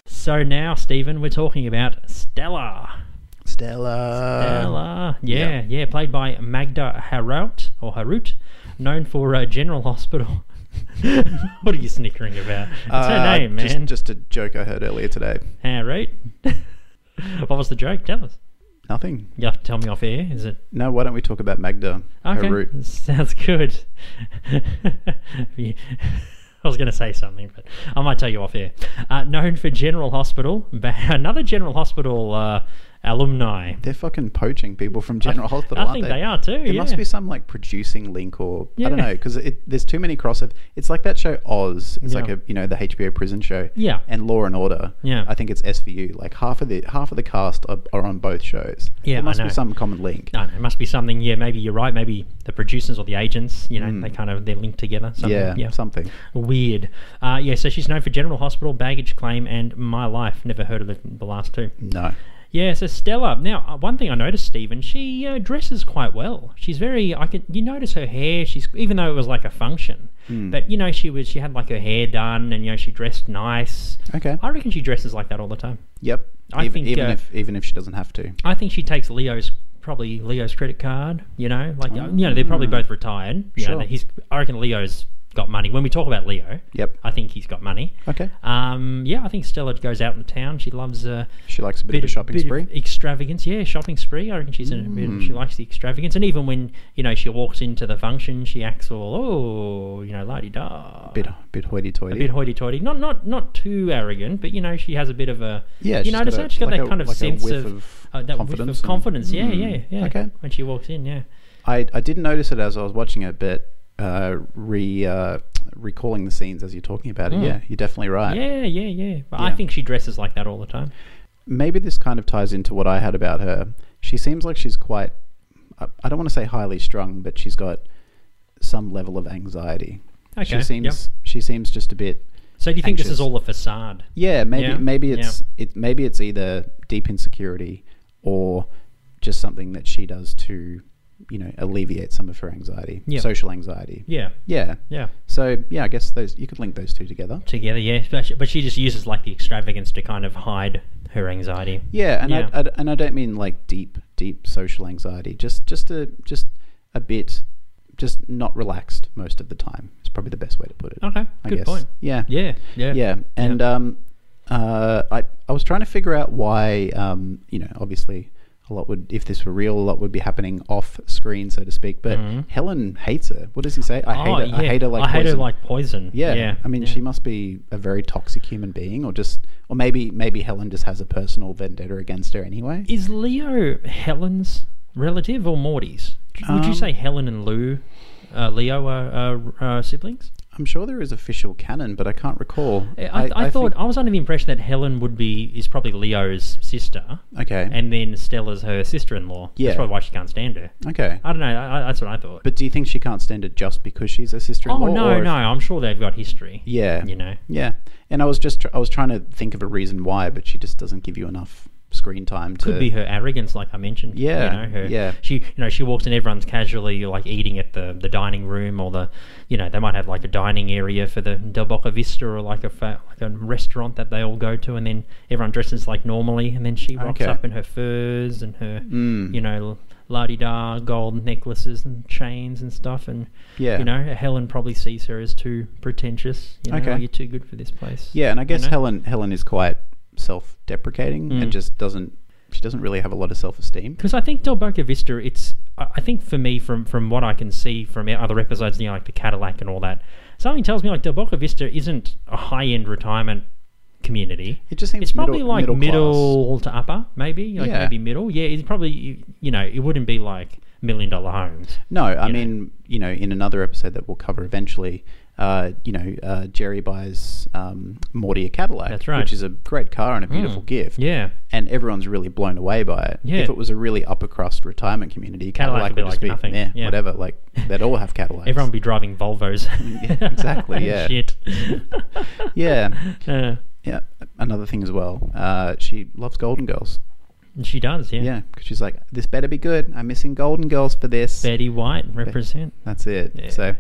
A: so now stephen we're talking about stella
B: Stella.
A: Stella. Yeah, yeah, played by Magda Harut or Harut, known for uh, General Hospital. what are you snickering about? It's her
B: Uh,
A: name,
B: just-
A: man.
B: Just, a joke I heard earlier today.
A: Harut. what was the joke? Tell us.
B: Nothing.
A: You have to tell me off air. Is it
B: No. Why don't we talk about Magda? Her
A: okay?
B: root.
A: Sounds good. Yeah. I was going to say something, but I might tell you off air. Uh, known for General Hospital, but another General Hospital uh, alumni.
B: They're fucking poaching people from General Hospital,
A: I
B: aren't
A: think
B: they?
A: they are too,
B: There must
A: yeah.
B: be some like producing link or I don't
A: Yeah.
B: know because there's too many crossover. It's like that show Oz. It's like
A: Yeah.
B: a you know the HBO prison show.
A: Yeah.
B: And Law and Order.
A: Yeah.
B: I think it's SVU. Like half of the half of the cast are, are on both shows.
A: Yeah, I
B: There must
A: know.
B: be some common link.
A: I don't know, it must be something. Yeah, maybe you're right. Maybe the producers or the agents, you know, they kind of they're linked together. Something,
B: yeah,
A: yeah,
B: Something.
A: weird. Uh, yeah, so she's known for General Hospital, Baggage Claim, and My Life. Never heard of the, the last two.
B: No.
A: Yeah, so Stella. Now, uh, one thing I noticed, Stephen, she uh, dresses quite well. She's very. I can you notice her hair. She's even though it was like a function,
B: Hmm.
A: but you know she was she had like her hair done and you know she dressed nice.
B: Okay.
A: I reckon she dresses like that all the time.
B: Yep.
A: I
B: even
A: think,
B: even
A: uh,
B: if even if she doesn't have to.
A: I think she takes Leo's probably Leo's credit card. You know, like uh, you know they're probably both retired. You know,
B: Ah. Sure.
A: he's I reckon Leo's got money. When we talk about Leo,
B: Yep.
A: I think he's got money.
B: Okay.
A: Um, yeah, I think Stella goes out in town. She loves uh, a
B: She likes a bit, of a shopping
A: bit
B: spree. Mm.
A: of e- extravagance. Yeah, shopping spree. I reckon she's in a bit. Of, she likes the extravagance, and even when you know she walks into the function, she acts all oh, you know, la di da,
B: bit bit hoity-toity.
A: a bit hoity-toity. Not not not too arrogant, but you know she has a bit of a
B: Yeah,
A: You
B: she's
A: notice
B: got a-
A: that she's got
B: like
A: that
B: a-
A: kind of
B: like a
A: sense of,
B: whiff of
A: uh, that whiff
B: confidence
A: of
B: and- mm,
A: confidence. Yeah, yeah, yeah.
B: okay.
A: When she walks in, yeah.
B: I, I didn't notice it as I was watching it, but uh, re uh, recalling the scenes as you're talking about it, yeah, you're definitely right.
A: Hmm. Yeah, yeah, yeah. But I think she dresses like that all the time.
B: Maybe this kind of ties into what I had about her. She seems like she's quite. I, I don't want to say highly strung, but she's got some level of anxiety.
A: Okay,
B: She seems.
A: yep.
B: She seems just a bit.
A: So do you think this is
B: Anxious.
A: all a facade?
B: Yeah, maybe
A: Yeah,
B: maybe
A: yeah.
B: it's it maybe it's either deep insecurity or just something that she does to, you know, alleviate some of her anxiety,
A: Yeah.
B: social anxiety.
A: Yeah.
B: Yeah.
A: Yeah.
B: So yeah, I guess those you could link those two together.
A: Together, yeah. But she, but she just uses like the extravagance to kind of hide her anxiety.
B: Yeah, and
A: Yeah.
B: I, I and I don't mean like deep deep social anxiety. Just just a just a bit, just not relaxed most of the time. Is probably the best way to put it.
A: Okay,
B: I
A: good
B: guess.
A: point.
B: Yeah.
A: Yeah, yeah.
B: Yeah. And um, uh, I I was trying to figure out why um, you know obviously a lot would, if this were real, a lot would be happening off screen, so to speak. But Helen hates her. What does he say? I hate her. I hate her like
A: Mm-hmm. Oh, I hate
B: poison.
A: her like poison.
B: Yeah.
A: yeah.
B: I mean, she must be a very toxic human being, or just, or maybe, maybe Helen just has a personal vendetta against her anyway.
A: Is Leo Helen's relative or Morty's? Would
B: Um,
A: you say Helen and Lou, uh, Leo, are, are, are siblings?
B: I'm sure there is official canon, but I can't recall.
A: I, I, thought I was under the impression that Helen would be is probably Leo's sister,
B: think- okay.
A: and then Stella's her sister-in-law.
B: Yeah.
A: That's probably why she can't stand her.
B: okay.
A: I don't know. I, I- that's what I thought.
B: But do you think she can't stand it just because she's a sister-in-law?
A: oh no,
B: or if-
A: no, I'm sure they've got history.
B: Yeah.
A: you know.
B: Yeah. And I was just tr- I was trying to think of a reason why, but she just doesn't give you enough screen time to
A: could be her arrogance, like I mentioned.
B: Yeah,
A: you know, her,
B: yeah.
A: She, you know, she walks in, everyone's casually like eating at the the dining room or the, you know, they might have like a dining area for the Del Boca Vista or like a fa- like a restaurant that they all go to, and then everyone dresses like normally, and then she walks
B: Okay. Mm.
A: up in her furs and her, you know. La di da, gold necklaces and chains and stuff, and
B: Yeah.
A: you know, Helen probably sees her as too pretentious. You know,
B: Okay.
A: "Oh, you're too good for this place.
B: Yeah, and I guess
A: know? Mm.
B: Helen Helen is quite self-deprecating and just doesn't she doesn't really have a lot of self-esteem.
A: because I think Del Boca Vista, it's I I think for me from from what I can see from e-, other episodes, you know, like the Cadillac and all that, something tells me like Del Boca Vista isn't a high end retirement community.
B: It just seems
A: It's probably
B: middle,
A: like
B: middle,
A: middle,
B: class.
A: to upper, maybe like
B: Yeah.
A: maybe middle. Yeah, it's probably you know it wouldn't be like million dollar homes.
B: No, I
A: you know.
B: mean, you know, in another episode that we'll cover eventually, uh, you know, uh, Jerry buys um, Morty a Cadillac,
A: That's right. Mm.
B: which is a great car and a beautiful gift.
A: Yeah,
B: and everyone's really blown away by it.
A: Yeah.
B: If it was a really upper crust retirement community,
A: Cadillac
B: Cadillac,
A: would be
B: would
A: like
B: just be
A: nothing.
B: meh,
A: Yeah.
B: whatever. Like they'd all have Cadillacs.
A: everyone be driving Volvos.
B: exactly. Yeah,
A: Shit.
B: yeah,
A: Uh,
B: yeah. Another thing as well, uh, she loves Golden Girls.
A: she does. Yeah.
B: Yeah, because she's like, this better be good. I'm missing Golden Girls for this.
A: Betty White represent.
B: That's it.
A: Yeah.
B: So.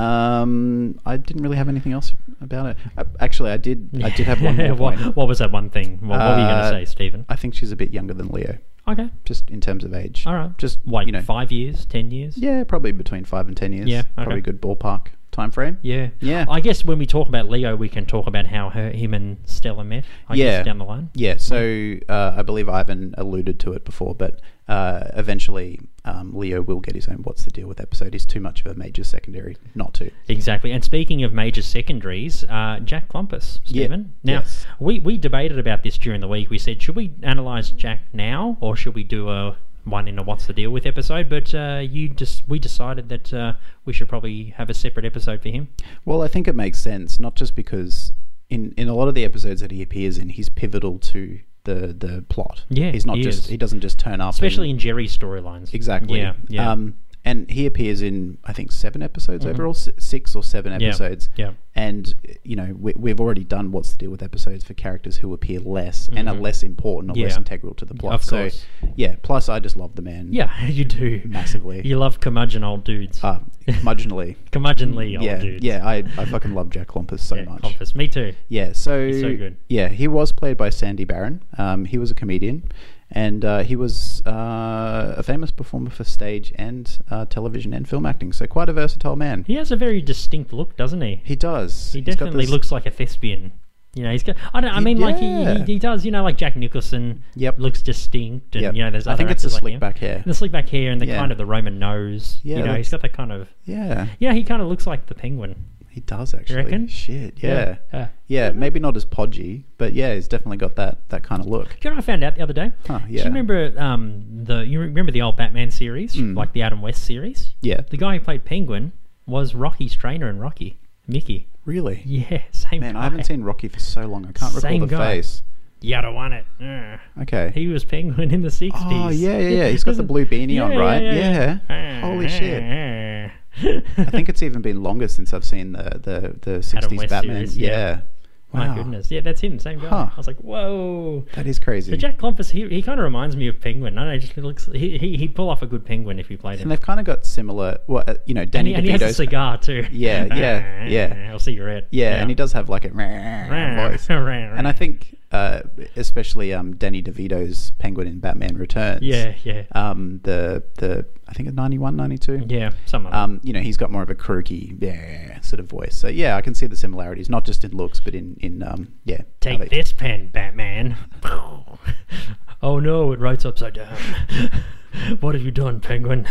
B: Um, I didn't really have anything else about it. Uh, Actually, I did. I did have one more
A: what,
B: point.
A: what was that one thing? What, what were you going
B: Uh,
A: to say, Stephen?
B: I think she's a bit younger than Leo,
A: Okay.
B: just in terms of age.
A: All right.
B: Just
A: like
B: you know,
A: five years, ten years.
B: Yeah, probably between five and ten years.
A: Yeah, okay.
B: probably a good ballpark time frame.
A: Yeah.
B: Yeah.
A: I guess when we talk about Leo, we can talk about how her, him and Stella met. I
B: Yeah.
A: guess down the line.
B: Yeah, so uh, I believe Ivan alluded to it before, but uh, eventually um, Leo will get his own What's the Deal with episode. He's too much of a major secondary not to.
A: Exactly. And speaking of major secondaries, uh, Jack Clumpus,
B: Yeah.
A: Stephen. Now,
B: Yes.
A: we, we debated about this during the week. We said, should we analyse Jack now or should we do a one in a What's the Deal with episode? But uh, you just we decided that uh, we should probably have a separate episode for him.
B: Well, I think it makes sense, not just because in, in a lot of the episodes that he appears in, he's pivotal to the, the plot.
A: Yeah,
B: he's not
A: he
B: just
A: is.
B: he doesn't just turn up,
A: Especially
B: and-
A: in Jerry's storylines.
B: Exactly.
A: Yeah. Yeah. Mm-hmm.
B: Um, and he appears in I think seven episodes overall, s- six or seven
A: Yeah,
B: episodes.
A: yeah.
B: And you know we, we've already done what's the deal with episodes for characters who appear less and are less important or less
A: Mm-hmm. Yeah.
B: integral to the plot.
A: Of
B: so
A: course.
B: yeah. Plus, I just love the man.
A: yeah, you do.
B: Massively.
A: You love curmudgeon old dudes.
B: Uh, marginally.
A: curmudgeonly old
B: yeah.
A: dudes.
B: Yeah. I, I fucking love Jack Klompus so
A: Yeah,
B: much.
A: Compass. Me too.
B: Yeah, so,
A: so good.
B: yeah, he was played by Sandy Barron. Um, he was a comedian, and uh, he was uh, a famous performer for stage and uh, television and film acting. So quite a versatile man.
A: He has a very distinct look, doesn't he?
B: He does.
A: He definitely looks like a thespian. You know, he's got. I don't. I
B: He-
A: mean, like
B: yeah.
A: he, he, he does. You know, like Jack Nicholson.
B: Yep.
A: Looks distinct, and
B: Yep.
A: you know, there's.
B: I
A: other
B: think it's the
A: actors like
B: slick
A: him.
B: back hair.
A: The slick back hair and the
B: Yeah.
A: kind of the Roman nose.
B: Yeah,
A: You know,
B: that's-
A: he's got that kind of.
B: Yeah,
A: Yeah, he kind of looks like the penguin.
B: he does actually.
A: reckon?
B: Shit, yeah. yeah.
A: Yeah.
B: maybe not as podgy, but yeah, he's definitely got that, that kind of look.
A: Do you know what I found out the other day?
B: Huh,
A: Do
B: yeah.
A: you remember um, the you remember the old Batman series, like the Adam West series?
B: Hmm. Yeah.
A: The guy who played Penguin was Rocky's trainer in Rocky, Mickey.
B: Really?
A: Yeah, same
B: Man,
A: guy.
B: I haven't seen Rocky for so long. I can't recall
A: Same
B: the
A: guy.
B: face.
A: You don't want it. Uh,
B: Okay.
A: he was Penguin in the 60s.
B: Oh yeah, yeah, yeah. He's got the blue beanie on, right? yeah. Holy shit.
A: shit.
B: I think it's even been longer since I've seen the the, the
A: Adam
B: sixties
A: West
B: Batman.
A: series,
B: yeah.
A: yeah. My
B: Wow.
A: goodness. Yeah, that's him, same guy.
B: Huh.
A: I was like, whoa.
B: That is crazy.
A: But Jack Klompus, he, he kind of reminds me of Penguin. I don't know, he just looks, he, he, he'd pull off a good Penguin if he played him.
B: and they've kind of got similar. Well, uh, you know,
A: And
B: Danny
A: he, and he has a
B: DeVito's.
A: cigar too.
B: Yeah, yeah, yeah.
A: I'll cigarette.
B: yeah, and he does have like a voice. and I think uh, especially um, Danny DeVito's Penguin in Batman Returns.
A: Yeah, yeah.
B: Um, the the I think it's 91, 92.
A: yeah, some of them.
B: Um, you know, he's got more of a croaky yeah sort of voice. So yeah, I can see the similarities, not just in looks, but in in um, yeah. how
A: Take
B: they-
A: this pen, Batman. oh no, it writes upside down. what have you done, Penguin?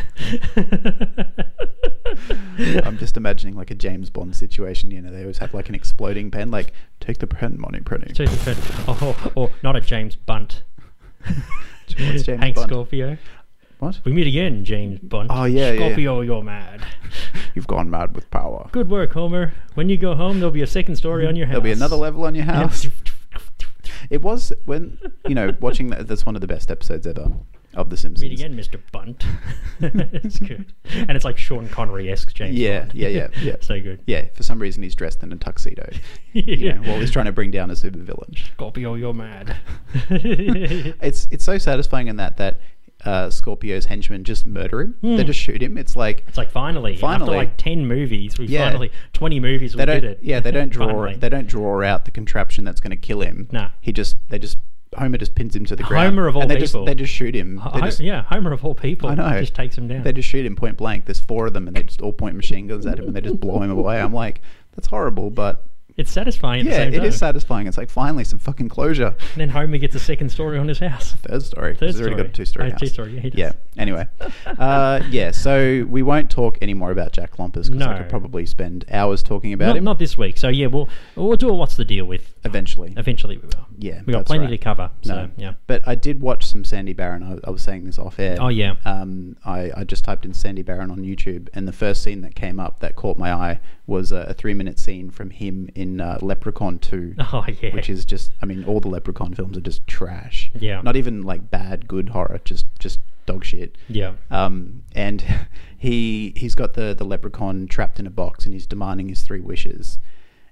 B: I'm just imagining like a James Bond situation. You know, they always have like an exploding pen. Like, take the pen, Monty Penny.
A: Take the pen. Oh, oh, oh, not a James Bunt.
B: What's James
A: Hank
B: Bond?
A: Scorpio.
B: What?
A: We meet again, James Bunt.
B: Oh, yeah, yeah.
A: Scorpio, you're mad.
B: You've gone mad with power.
A: Good work, Homer. When you go home, there'll be a second story on your house.
B: There'll be another level on your house. It was when you know watching that. That's one of the best episodes ever of The Simpsons.
A: Meet again, Mr. Bunt. it's good. And it's like Sean Connery esque James
B: Yeah,
A: Bond.
B: yeah, yeah, yeah.
A: so good.
B: Yeah, for some reason he's dressed in a tuxedo. You know, while he's trying to bring down a supervillain.
A: Scorpio, you're mad.
B: It's it's so satisfying in that that uh, Scorpio's henchmen just murder him.
A: Hmm.
B: They just shoot him. It's like
A: It's like finally, after
B: Finally.
A: like ten movies, we
B: Yeah.
A: finally twenty movies we
B: they
A: did
B: don't.
A: it.
B: Yeah, they don't draw.
A: Finally.
B: they don't draw out the contraption that's going to kill him.
A: Nah.
B: he just they just Homer just pins him to the ground.
A: Homer of all
B: and they
A: people.
B: Just, they just shoot him. They
A: Ho-
B: just,
A: yeah, Homer of all people
B: I know.
A: just takes him down.
B: They just shoot him point blank. There's four of them, and they just all point machine guns at him, and they just blow him away. I'm like, that's horrible, but
A: it's satisfying.
B: yeah,
A: at the
B: it
A: same
B: is
A: time.
B: satisfying. It's like finally some fucking closure.
A: And then Homer gets a second story on his house.
B: Third story.
A: Third
B: He's already got
A: story.
B: a two story
A: Oh,
B: house.
A: two-story, yeah, he does.
B: yeah. Anyway, uh, yeah. So we won't talk any more about Jack Lompers because
A: No.
B: I could probably spend hours talking about
A: Not,
B: him.
A: not this week. So yeah, we'll we'll do a what's the deal with.
B: eventually.
A: Eventually, we will.
B: Yeah,
A: we got
B: that's
A: plenty
B: right.
A: to cover. So
B: No.
A: yeah,
B: But I did watch some Sandy Barron. I, I was saying this off air.
A: Oh, yeah.
B: Um, I, I just typed in Sandy Barron on YouTube, and the first scene that came up that caught my eye was a, a three minute scene from him in uh, Leprechaun 2.
A: Oh, yeah.
B: Which is just, I mean, all the Leprechaun films are just trash.
A: Yeah.
B: Not even like bad, good horror, just, just dog shit.
A: yeah.
B: Um, and he he's got the the leprechaun trapped in a box, and he's demanding his three wishes.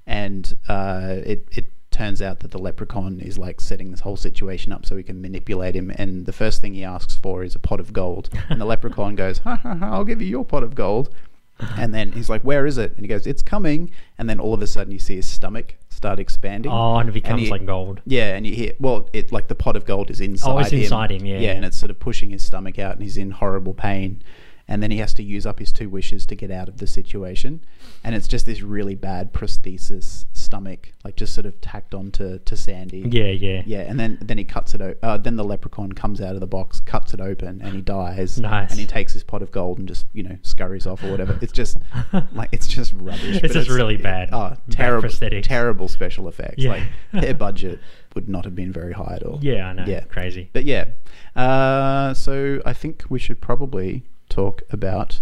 B: And uh, it it turns out that the leprechaun is like setting this whole situation up so he can manipulate him. And the first thing he asks for is a pot of gold, and the leprechaun goes, "Ha ha ha! I'll give you your pot of gold." And then he's like, "Where is it?" And he goes, "It's coming." And then all of a sudden, you see his stomach start expanding.
A: Oh, and it becomes
B: he-
A: like gold.
B: yeah, and you hear well, it like the pot of gold is inside.
A: Oh, it's
B: him.
A: inside him, yeah.
B: yeah, and it's sort of pushing his stomach out, and he's in horrible pain. And then he has to use up his two wishes to get out of the situation, and it's just this really bad prosthesis stomach, like just sort of tacked onto to Sandy.
A: Yeah, yeah,
B: yeah. And then then he cuts it. O- uh, then the leprechaun comes out of the box, cuts it open, and he dies.
A: Nice.
B: And he takes his pot of gold and just you know scurries off or whatever. It's just like it's just rubbish. but
A: just really bad-
B: Oh,
A: bad
B: terrible,
A: prosthetics.
B: terrible special effects.
A: Yeah.
B: Like their budget would not have been very high at all.
A: Yeah, I know.
B: Yeah.
A: Crazy.
B: But yeah, uh, so I think we should probably talk about.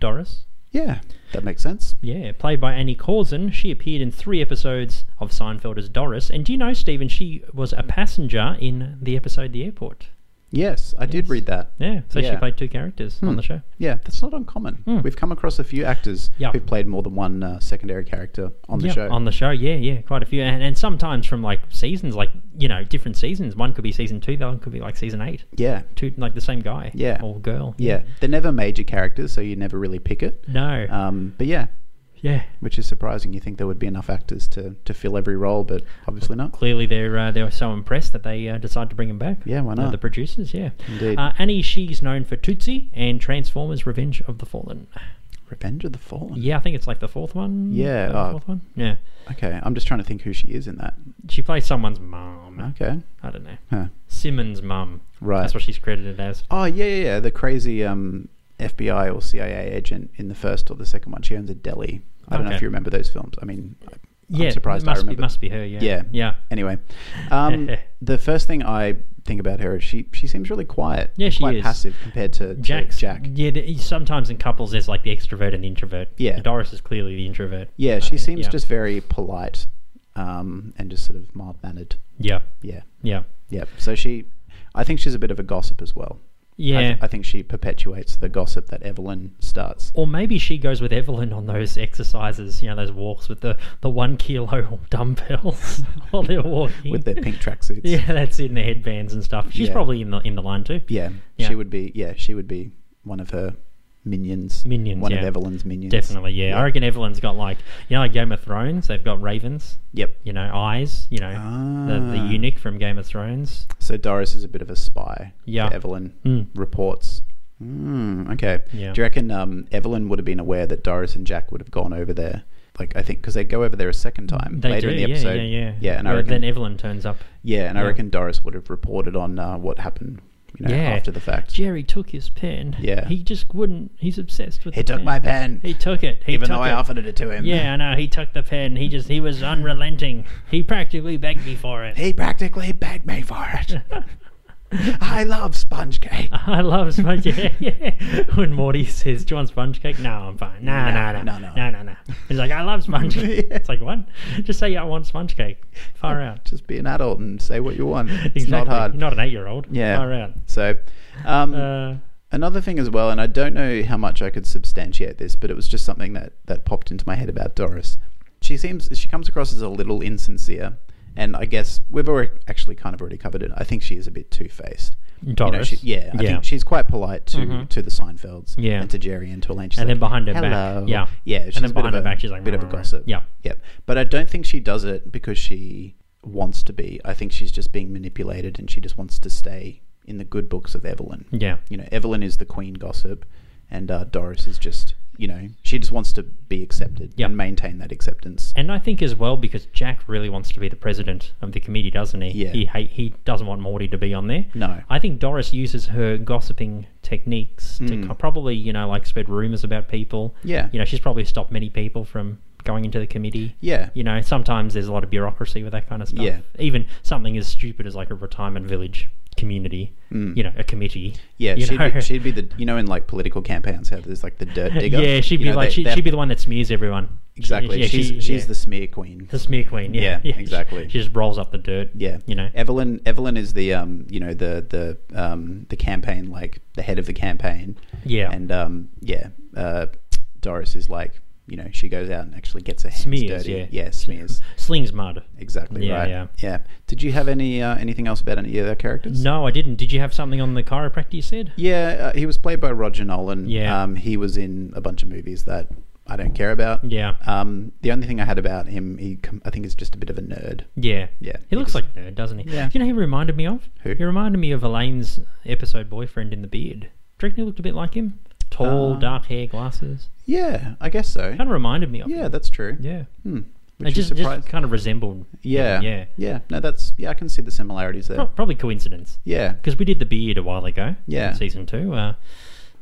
A: Doris.
B: Yeah, that makes sense.
A: Yeah, played by Annie Corson, she appeared in three episodes of Seinfeld as Doris. And do you know, Stephen, she was a passenger in the episode The Airport.
B: Yes, I did read that.
A: Yeah, so she
B: Yeah. Hmm.
A: played two characters on the show.
B: Yeah, that's not uncommon. We've come across a few actors
A: Hmm. Yeah.
B: who've played more than one uh, secondary character on the
A: yeah,
B: show.
A: on the show, yeah, yeah, quite a few, and, and sometimes from like seasons, like you know, different seasons. One could be season two, the other could be like season eight.
B: yeah.
A: Two like the same guy,
B: Yeah.
A: or girl,
B: Yeah, they're never major characters, so you never really pick it.
A: No,
B: Um, but yeah,
A: yeah,
B: which is surprising. You think there would be enough actors to, to fill every role, but obviously not.
A: clearly they're uh, they were so impressed that they uh, decided to bring him back.
B: Yeah, why
A: Uh,
B: not?
A: the producers, yeah,
B: Indeed.
A: Uh, Annie, she's known for Tootsie and Transformers: Revenge of the Fallen.
B: Revenge of the Fallen.
A: Yeah, I think it's like the fourth one.
B: Yeah,
A: uh, the
B: uh,
A: fourth one. Yeah,
B: Okay, I'm just trying to think who she is in that.
A: she plays someone's mum.
B: Okay.
A: I don't know.
B: Huh.
A: Simmons' mum.
B: Right.
A: That's what she's credited as.
B: Oh yeah, yeah, yeah. The crazy um, FBI or CIA agent in the first or the second one. She owns a deli. I don't know if
A: Okay.
B: you remember those films. I mean, I-
A: yeah,
B: I'm surprised
A: it must
B: I remember.
A: Be, must be her. Yeah.
B: Yeah.
A: Yeah.
B: Anyway, um, the first thing I think about her is she she seems really quiet.
A: Yeah, she
B: quite
A: is.
B: passive compared to, to
A: Jack's,
B: Jack.
A: Yeah, the, sometimes in couples there's like the extrovert and the introvert.
B: Yeah.
A: Doris is clearly the introvert.
B: Yeah, she seems
A: Uh, yeah.
B: just very polite, um, and just sort of mild mannered.
A: Yeah.
B: Yeah,
A: Yeah.
B: yeah. So she, I think she's a bit of a gossip as well.
A: Yeah.
B: I, th- I think she perpetuates the gossip that Evelyn starts.
A: or maybe she goes with Evelyn on those exercises, you know, those walks with the, the one kilo dumbbells while they're walking.
B: with their pink tracksuits.
A: yeah, that's it, and the headbands and stuff. She's
B: Yeah.
A: probably in the in the line too.
B: yeah,
A: Yeah.
B: She would be. Yeah, she would be one of her minions.
A: Minions,
B: One of
A: yeah.
B: Evelyn's minions.
A: Definitely, yeah. I reckon Evelyn's got like you know, like Game of Thrones. They've got ravens.
B: Yep.
A: You know, eyes. You know, the, the
B: Ah.
A: eunuch from Game of Thrones.
B: So Doris is a bit of a spy.
A: Yeah.
B: for Evelyn
A: Mm.
B: reports. Mm, okay.
A: Yeah.
B: Do you reckon um, Evelyn would have been aware that Doris and Jack would have gone over there? Like I think because they go over there a second time
A: Mm, They
B: later
A: do,
B: in the
A: yeah,
B: episode.
A: yeah, yeah,
B: Yeah, and I
A: Well,
B: reckon
A: then Evelyn turns up.
B: yeah, and I
A: yeah.
B: reckon Doris would have reported on uh, what happened. You know,
A: Yeah.
B: after the fact.
A: Jerry took his pen.
B: Yeah.
A: He just wouldn't. He's obsessed with.
B: He
A: the
B: took
A: pen.
B: my pen,
A: He took it. He
B: even
A: took
B: though I
A: it.
B: offered it to him.
A: Yeah, I know. He took the pen. He just. He was unrelenting. He practically begged me for it.
B: He practically begged me for it. I love sponge cake.
A: I love sponge cake. Yeah. When Morty says, "Do you want sponge cake?" No, I'm fine. No, no, no, no,
B: no, no.
A: no, no, no. He's like, "I love sponge cake." It's like, what? Just say, "I want sponge cake." Far out.
B: Just be an adult and say what you want. It's not
A: Exactly.
B: hard.
A: You're not an eight-year-old.
B: yeah.
A: Far out.
B: So, um,
A: Uh,
B: Another thing as well, and I don't know how much I could substantiate this, but it was just something that, that popped into my head about Doris. She seems she comes across as a little insincere, and I guess we've already actually kind of already covered it. I think she is a bit two faced.
A: Doris.
B: she, yeah, I
A: Yeah. Mm-hmm.
B: think she's quite polite to to the Seinfelds,
A: Yeah.
B: and to Jerry and to Elaine. She's
A: and then
B: like,
A: behind her
B: Hello.
A: back. Yeah.
B: yeah. She's
A: and then
B: a bit of
A: behind her
B: a-
A: back, she's like,
B: bit of a
A: "Rrrr."
B: gossip.
A: Yeah.
B: Yep. But I don't think she does it because she wants to be. I think she's just being manipulated and she just wants to stay in the good books of Evelyn.
A: Yeah.
B: You know, Evelyn is the queen gossip and uh, Doris is just, you know, she just wants to be accepted
A: Yeah.
B: and maintain that acceptance.
A: And I think as well because Jack really wants to be the president of the committee, doesn't he?
B: Yeah.
A: He hate, he doesn't want Morty to be on there.
B: No.
A: I think Doris uses her gossiping techniques to co- probably you know like spread rumors about people.
B: Hmm. Yeah.
A: You know she's probably stopped many people from going into the committee.
B: Yeah.
A: You know sometimes there's a lot of bureaucracy with that kind of stuff.
B: Yeah.
A: Even something as stupid as like a retirement village community. You know a committee.
B: Hmm. Yeah,
A: you
B: she'd
A: know?
B: be, she'd be the you know in like political campaigns how there's like the dirt digger.
A: yeah, she'd
B: You
A: be
B: know,
A: like
B: they-
A: she,
B: they have-
A: she'd be the one that smears everyone. She-
B: exactly.
A: yeah,
B: she's
A: she-
B: she's
A: yeah.
B: the smear queen.
A: The smear queen,
B: Yeah,
A: yeah, She-
B: exactly.
A: She just rolls up the dirt.
B: Yeah,
A: you know.
B: Evelyn. Evelyn is the um, you know, the the um, the campaign, like the head of the campaign.
A: Yeah.
B: and um, yeah, uh, Doris is like, you know, she goes out and actually gets her hands
A: Smears,
B: dirty.
A: yeah.
B: smears.
A: Slings mud.
B: Exactly
A: Yeah,
B: right.
A: yeah.
B: Did you have any uh, anything else about any of their characters?
A: No, I didn't. Did you have something on the chiropractor you said?
B: Yeah, uh, he was played by Roger Nolan.
A: Yeah.
B: um, he was in a bunch of movies that I don't care about.
A: Yeah.
B: Um, the only thing I had about him, he com- I think is just a bit of a nerd.
A: Yeah.
B: Yeah,
A: He
B: he
A: looks
B: just-
A: like a nerd, doesn't he?
B: Yeah.
A: Do you know who he reminded me of?
B: Who?
A: He reminded me of Elaine's episode boyfriend in The Beard. Do you reckon he looked a bit like him? Tall,
B: Uh,
A: dark hair, glasses.
B: Yeah, I guess so.
A: Kind of reminded me of
B: Yeah,
A: him.
B: that's true.
A: Yeah.
B: Hmm.
A: It
B: Which is
A: just, just
B: surprising.
A: kind of resembled.
B: Yeah.
A: Yeah. Oh.
B: Yeah. No, that's yeah. I can see the similarities there.
A: Pro- Probably coincidence.
B: Yeah.
A: Because we did The Beard a while ago.
B: Yeah.
A: in Season two. Uh,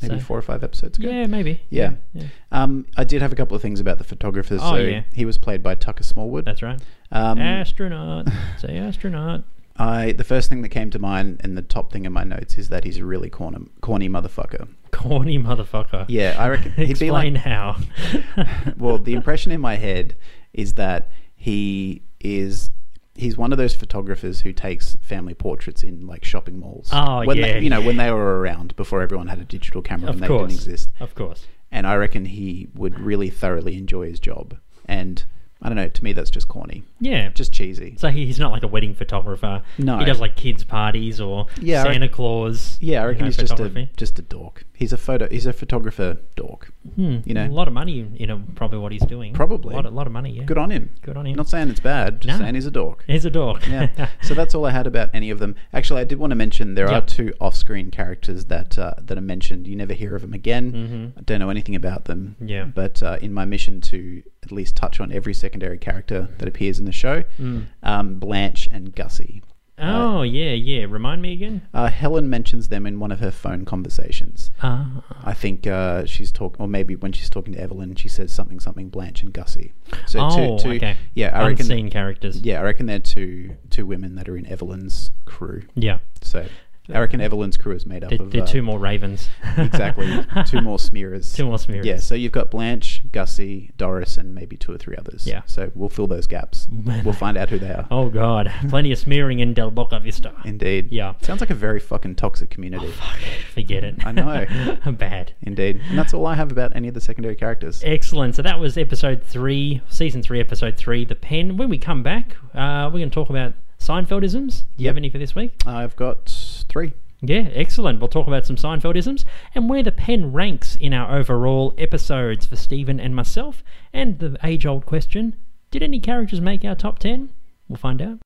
B: Maybe
A: so-
B: four or five episodes ago.
A: Yeah, maybe.
B: Yeah.
A: Yeah.
B: Um, I did have a couple of things about the photographer.
A: Oh,
B: so
A: yeah.
B: he was played by Tucker Smallwood.
A: That's right.
B: Um,
A: astronaut. Say astronaut.
B: I the first thing that came to mind and the top thing in my notes is that he's a really corny, corny motherfucker.
A: Corny motherfucker.
B: Yeah, I reckon he'd be
A: Explain
B: like.
A: how.
B: well, the impression in my head is that he is he's one of those photographers who takes family portraits in like shopping malls.
A: Oh,
B: when
A: yeah,
B: They, you know,
A: yeah.
B: when they were around before everyone had a digital camera
A: of
B: and they
A: course.
B: didn't exist.
A: Of course.
B: And I reckon he would really thoroughly enjoy his job. And I don't know, to me that's just corny.
A: Yeah. Just
B: Just cheesy.
A: so he, he's not like a wedding photographer.
B: No.
A: He does like kids parties or
B: Yeah, I
A: Santa Claus.
B: yeah, I
A: you
B: reckon
A: know,
B: he's just a
A: photography.
B: just a dork. He's a photo he's a photographer dork. You know.
A: Hmm, a lot of money in, in a, probably what he's doing.
B: Probably.
A: a lot, a lot of money. Yeah.
B: Good on him.
A: Good on him.
B: Not saying it's bad, just
A: No.
B: saying he's a dork.
A: He's a dork.
B: yeah. So that's all I had about any of them. Actually, I did want to mention there are
A: Yep.
B: two off-screen characters that uh, that are mentioned. You never hear of them again. I don't know anything about them.
A: Mm-hmm. Yeah.
B: But uh, in my mission to at least touch on every secondary character that appears in the show,
A: Mm.
B: um, Blanche and Gussie.
A: oh yeah, yeah. Remind me again.
B: Uh, Helen mentions them in one of her phone conversations.
A: Ah,
B: I think uh, she's talking, or maybe when she's talking to Evelyn, she says something, something Blanche and Gussie. So
A: oh,
B: Uh, two, two,
A: okay.
B: yeah, I
A: unseen
B: reckon,
A: characters.
B: yeah, I reckon they're two two women that are in Evelyn's crew.
A: yeah.
B: So I reckon Evelyn's crew is made up
A: They're,
B: of
A: they're
B: uh,
A: two more ravens.
B: exactly two more smearers.
A: Two more smearers.
B: Yeah, so you've got Blanche, Gussie, Doris, and maybe two or three others.
A: Yeah.
B: So we'll fill those gaps. we'll find out who they are.
A: Oh god, plenty of smearing in Del Boca Vista.
B: Indeed.
A: Yeah. Oh,
B: Sounds like a very fucking toxic community.
A: Forget it.
B: I know.
A: Bad.
B: Indeed. And that's all I have about any of the secondary
A: Eh.
B: characters.
A: Excellent. So that was episode three, season three, episode three, The Pen. When we come back, uh, we're going to talk about Seinfeldisms. Do you have
B: Yep.
A: any for this week?
B: I've got three.
A: Yeah, excellent. We'll talk about some Seinfeldisms and where the pen ranks in our overall episodes for Stephen and myself, and the age old question did any characters make our top 10? We'll find out.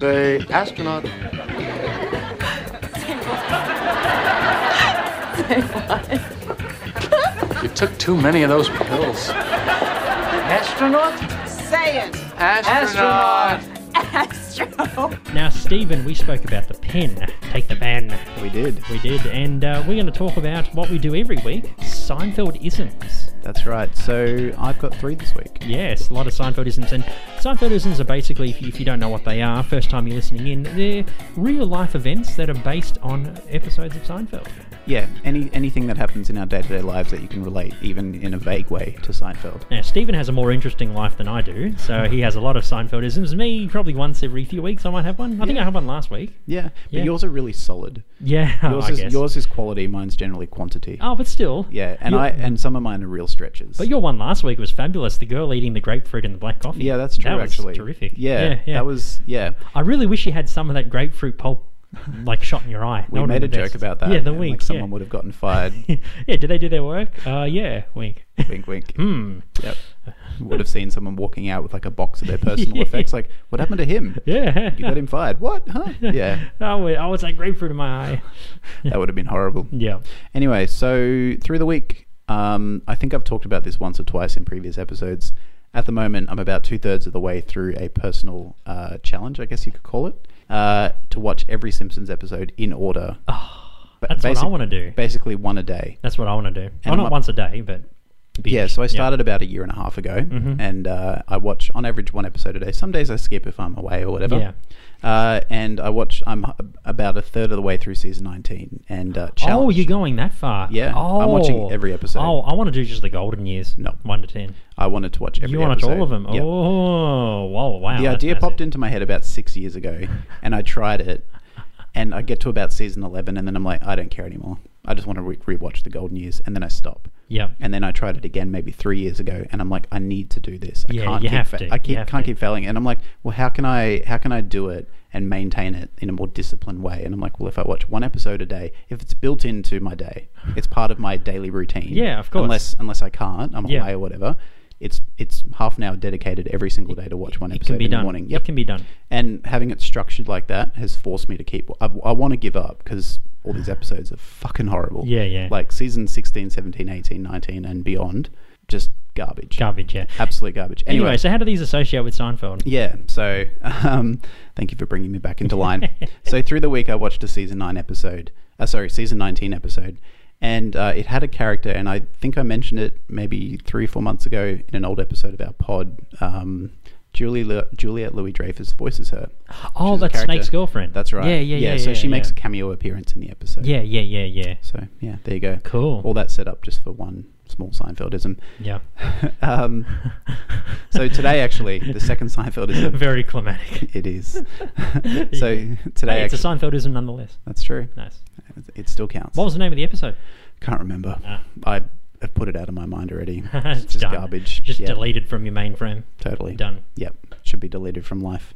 G: Say, astronaut. You took too many of those pills.
F: Astronaut? Say it.
G: Astronaut.
A: Now, Stephen, we spoke about the pen. Take the pen.
B: We did.
A: We did, and uh, we're going to talk about what we do every week Seinfeld isms.
B: That's right. So I've got three this week.
A: Yes, a lot of Seinfeldisms. And Seinfeldisms are basically, if you, if you don't know what they are, first time you're listening in, they're real life events that are based on episodes of Seinfeld.
B: Yeah, any anything that happens in our day to day lives that you can relate, even in a vague way, to Seinfeld.
A: Now, Stephen has a more interesting life than I do, so he has a lot of Seinfeldisms. Me, probably once every few weeks, I might have one. I think I had one last week.
B: Yeah, but
A: Yeah.
B: yours are really solid.
A: Yeah,
B: Yours
A: I
B: is
A: guess.
B: yours is quality. Mine's generally quantity.
A: Oh, but still.
B: Yeah, and
A: Your-
B: I and some of mine are real stretches.
A: But your one last week was fabulous. The girl eating the grapefruit and the black coffee.
B: yeah, that's true.
A: That was
B: actually,
A: terrific.
B: Yeah,
A: yeah, yeah.
B: that was yeah.
A: I really wish you had some of that grapefruit pulp, like shot in your eye. That
B: We
A: would've
B: made a
A: been the
B: joke
A: best.
B: about that.
A: Yeah, the
B: and,
A: wink.
B: Like someone
A: yeah.
B: would have gotten fired.
A: yeah, did they do their work? Uh, yeah, wink.
B: wink, wink. Hmm. Yep. Would have seen someone walking out with like a box of their personal
A: Yeah.
B: effects. Like, what happened to him?
A: yeah.
B: You got him fired. What? Huh? Yeah.
A: I would, I would say grapefruit in my eye.
B: That would have been horrible.
A: Yeah.
B: Anyway, so through the week, um, I think I've talked about this once or twice in previous episodes. At the moment, I'm about two thirds of the way through a personal uh, challenge, I guess you could call it, uh, to watch every Simpsons episode in order. But
A: Ah, That's what I
B: basic-
A: want to do.
B: Basically, one a day.
A: That's what I want to do. Well,
B: I'm
A: not
B: up-
A: once a day, but. binge.
B: Yeah, so I started about a year and a half ago,
A: Mm-hmm.
B: and uh, I watch on average one episode a day. Some days I skip if I'm away or whatever.
A: Yeah.
B: Uh, and I watch. I'm h- about a third of the way through season 19, and uh,
A: Oh,
B: challenge.
A: you're going that far?
B: Yeah,
A: Oh.
B: I'm watching every episode.
A: Oh, I want to do just the golden years.
B: No.
A: One to ten.
B: I wanted to watch every.
A: you want to
B: episode.
A: all of them?
B: Yep.
A: Oh, wow, wow.
B: the
A: that's
B: idea
A: massive.
B: popped into my head about six years ago, and I tried it, and I get to about season eleven, and then I'm like, I don't care anymore. I just want to re- rewatch the Golden Years, and then I stop.
A: Yep.
B: And then I tried it again maybe three years ago, and I'm like, I need to do this. I
A: Yeah,
B: can't
A: you
B: keep
A: have
B: fa-
A: to.
B: I
A: You
B: keep,
A: have
B: can't
A: to.
B: keep failing. And I'm like, well, how can I? How can I do it and maintain it in a more disciplined way? And I'm like, well, if I watch one episode a day, if it's built into my day, it's part of my daily routine.
A: Yeah, of course.
B: Unless unless I can't, I'm
A: Yeah.
B: away or whatever. It's it's half an hour dedicated every single day to watch one
A: It
B: episode
A: can be
B: in
A: done.
B: the morning.
A: It can be done.
B: And having it structured like that has forced me to keep. I, I want to give up because all these episodes are fucking horrible.
A: Yeah, yeah.
B: Like season 16, 17, 18, 19, and beyond, just garbage.
A: Garbage, Uh, yeah.
B: Absolute garbage. Anyway,
A: Anyway, so how do these associate with Seinfeld?
B: yeah, so um, thank you for bringing me back into line. so through the week, I watched a season nine episode. Uh, sorry, season nineteen episode, and uh, it had a character, and I think I mentioned it maybe three, four months ago in an old episode of our pod. Um, Julie Lu- Juliet Louis Dreyfus voices her.
A: Oh,
B: She's a
A: that's
B: character-
A: Snake's girlfriend.
B: That's right.
A: Yeah, yeah, yeah.
B: so she
A: yeah,
B: makes a
A: yeah.
B: cameo appearance in the episode.
A: Yeah, yeah, yeah, yeah.
B: So yeah, there you go.
A: Cool.
B: All that set up just for one small Seinfeldism.
A: Yeah.
B: Um, so today, actually, the second Seinfeldism.
A: Very climatic.
B: It is. so
A: Hey,
B: today,
A: it's a
B: actu-
A: Seinfeldism nonetheless.
B: that's true.
A: Nice.
B: It still counts.
A: What was the name of the episode?
B: Can't remember.
A: Ah.
B: I have put it out of my mind already.
A: it's
B: just
A: done.
B: garbage.
A: Just
B: Yeah,
A: deleted from your mainframe.
B: Totally
A: Done.
B: Yep, should be deleted from life.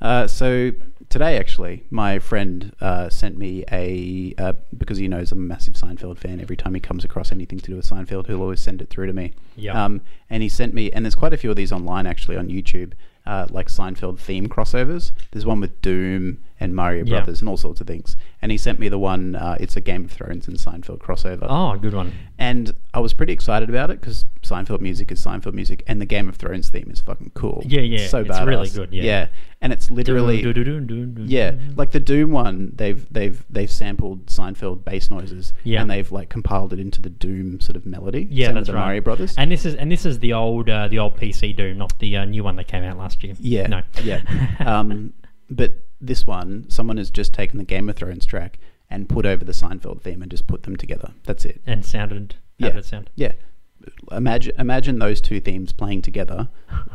B: Uh, so today, actually, my friend uh, sent me a uh, because he knows I'm a massive Seinfeld fan. Every time he comes across anything to do with Seinfeld, he'll always send it through to me.
A: Yeah.
B: Um, and he sent me, and there's quite a few of these online actually on YouTube, uh, like Seinfeld theme crossovers. There's one with Doom and Mario
A: Yeah.
B: Brothers and all sorts of things. And he sent me the one. Uh, it's a Game of Thrones and Seinfeld crossover.
A: Oh, good one.
B: And I was pretty excited about it because Seinfeld music is Seinfeld music, and the Game of Thrones theme is fucking cool.
A: Yeah, yeah,
B: so
A: it's really
B: badass.
A: good, yeah.
B: and it's literally
A: Doo-doo-doo-doo-doo.
B: yeah, like the Doom one. They've they've they've sampled Seinfeld bass noises,
A: Yeah.
B: and they've like compiled it into the Doom sort of melody.
A: Yeah,
B: Same with
A: that's
B: the
A: right.
B: Mario Brothers.
A: And this is and this is the old uh, the old PC Doom, not the uh, new one that came out last year.
B: yeah,
A: No.
B: yeah. Um, but this one, someone has just taken the Game of Thrones track and put over the Seinfeld theme and just put them together. That's it.
A: And sounded. How
B: Yeah.
A: did it sound?
B: Yeah. Imagine imagine those two themes playing together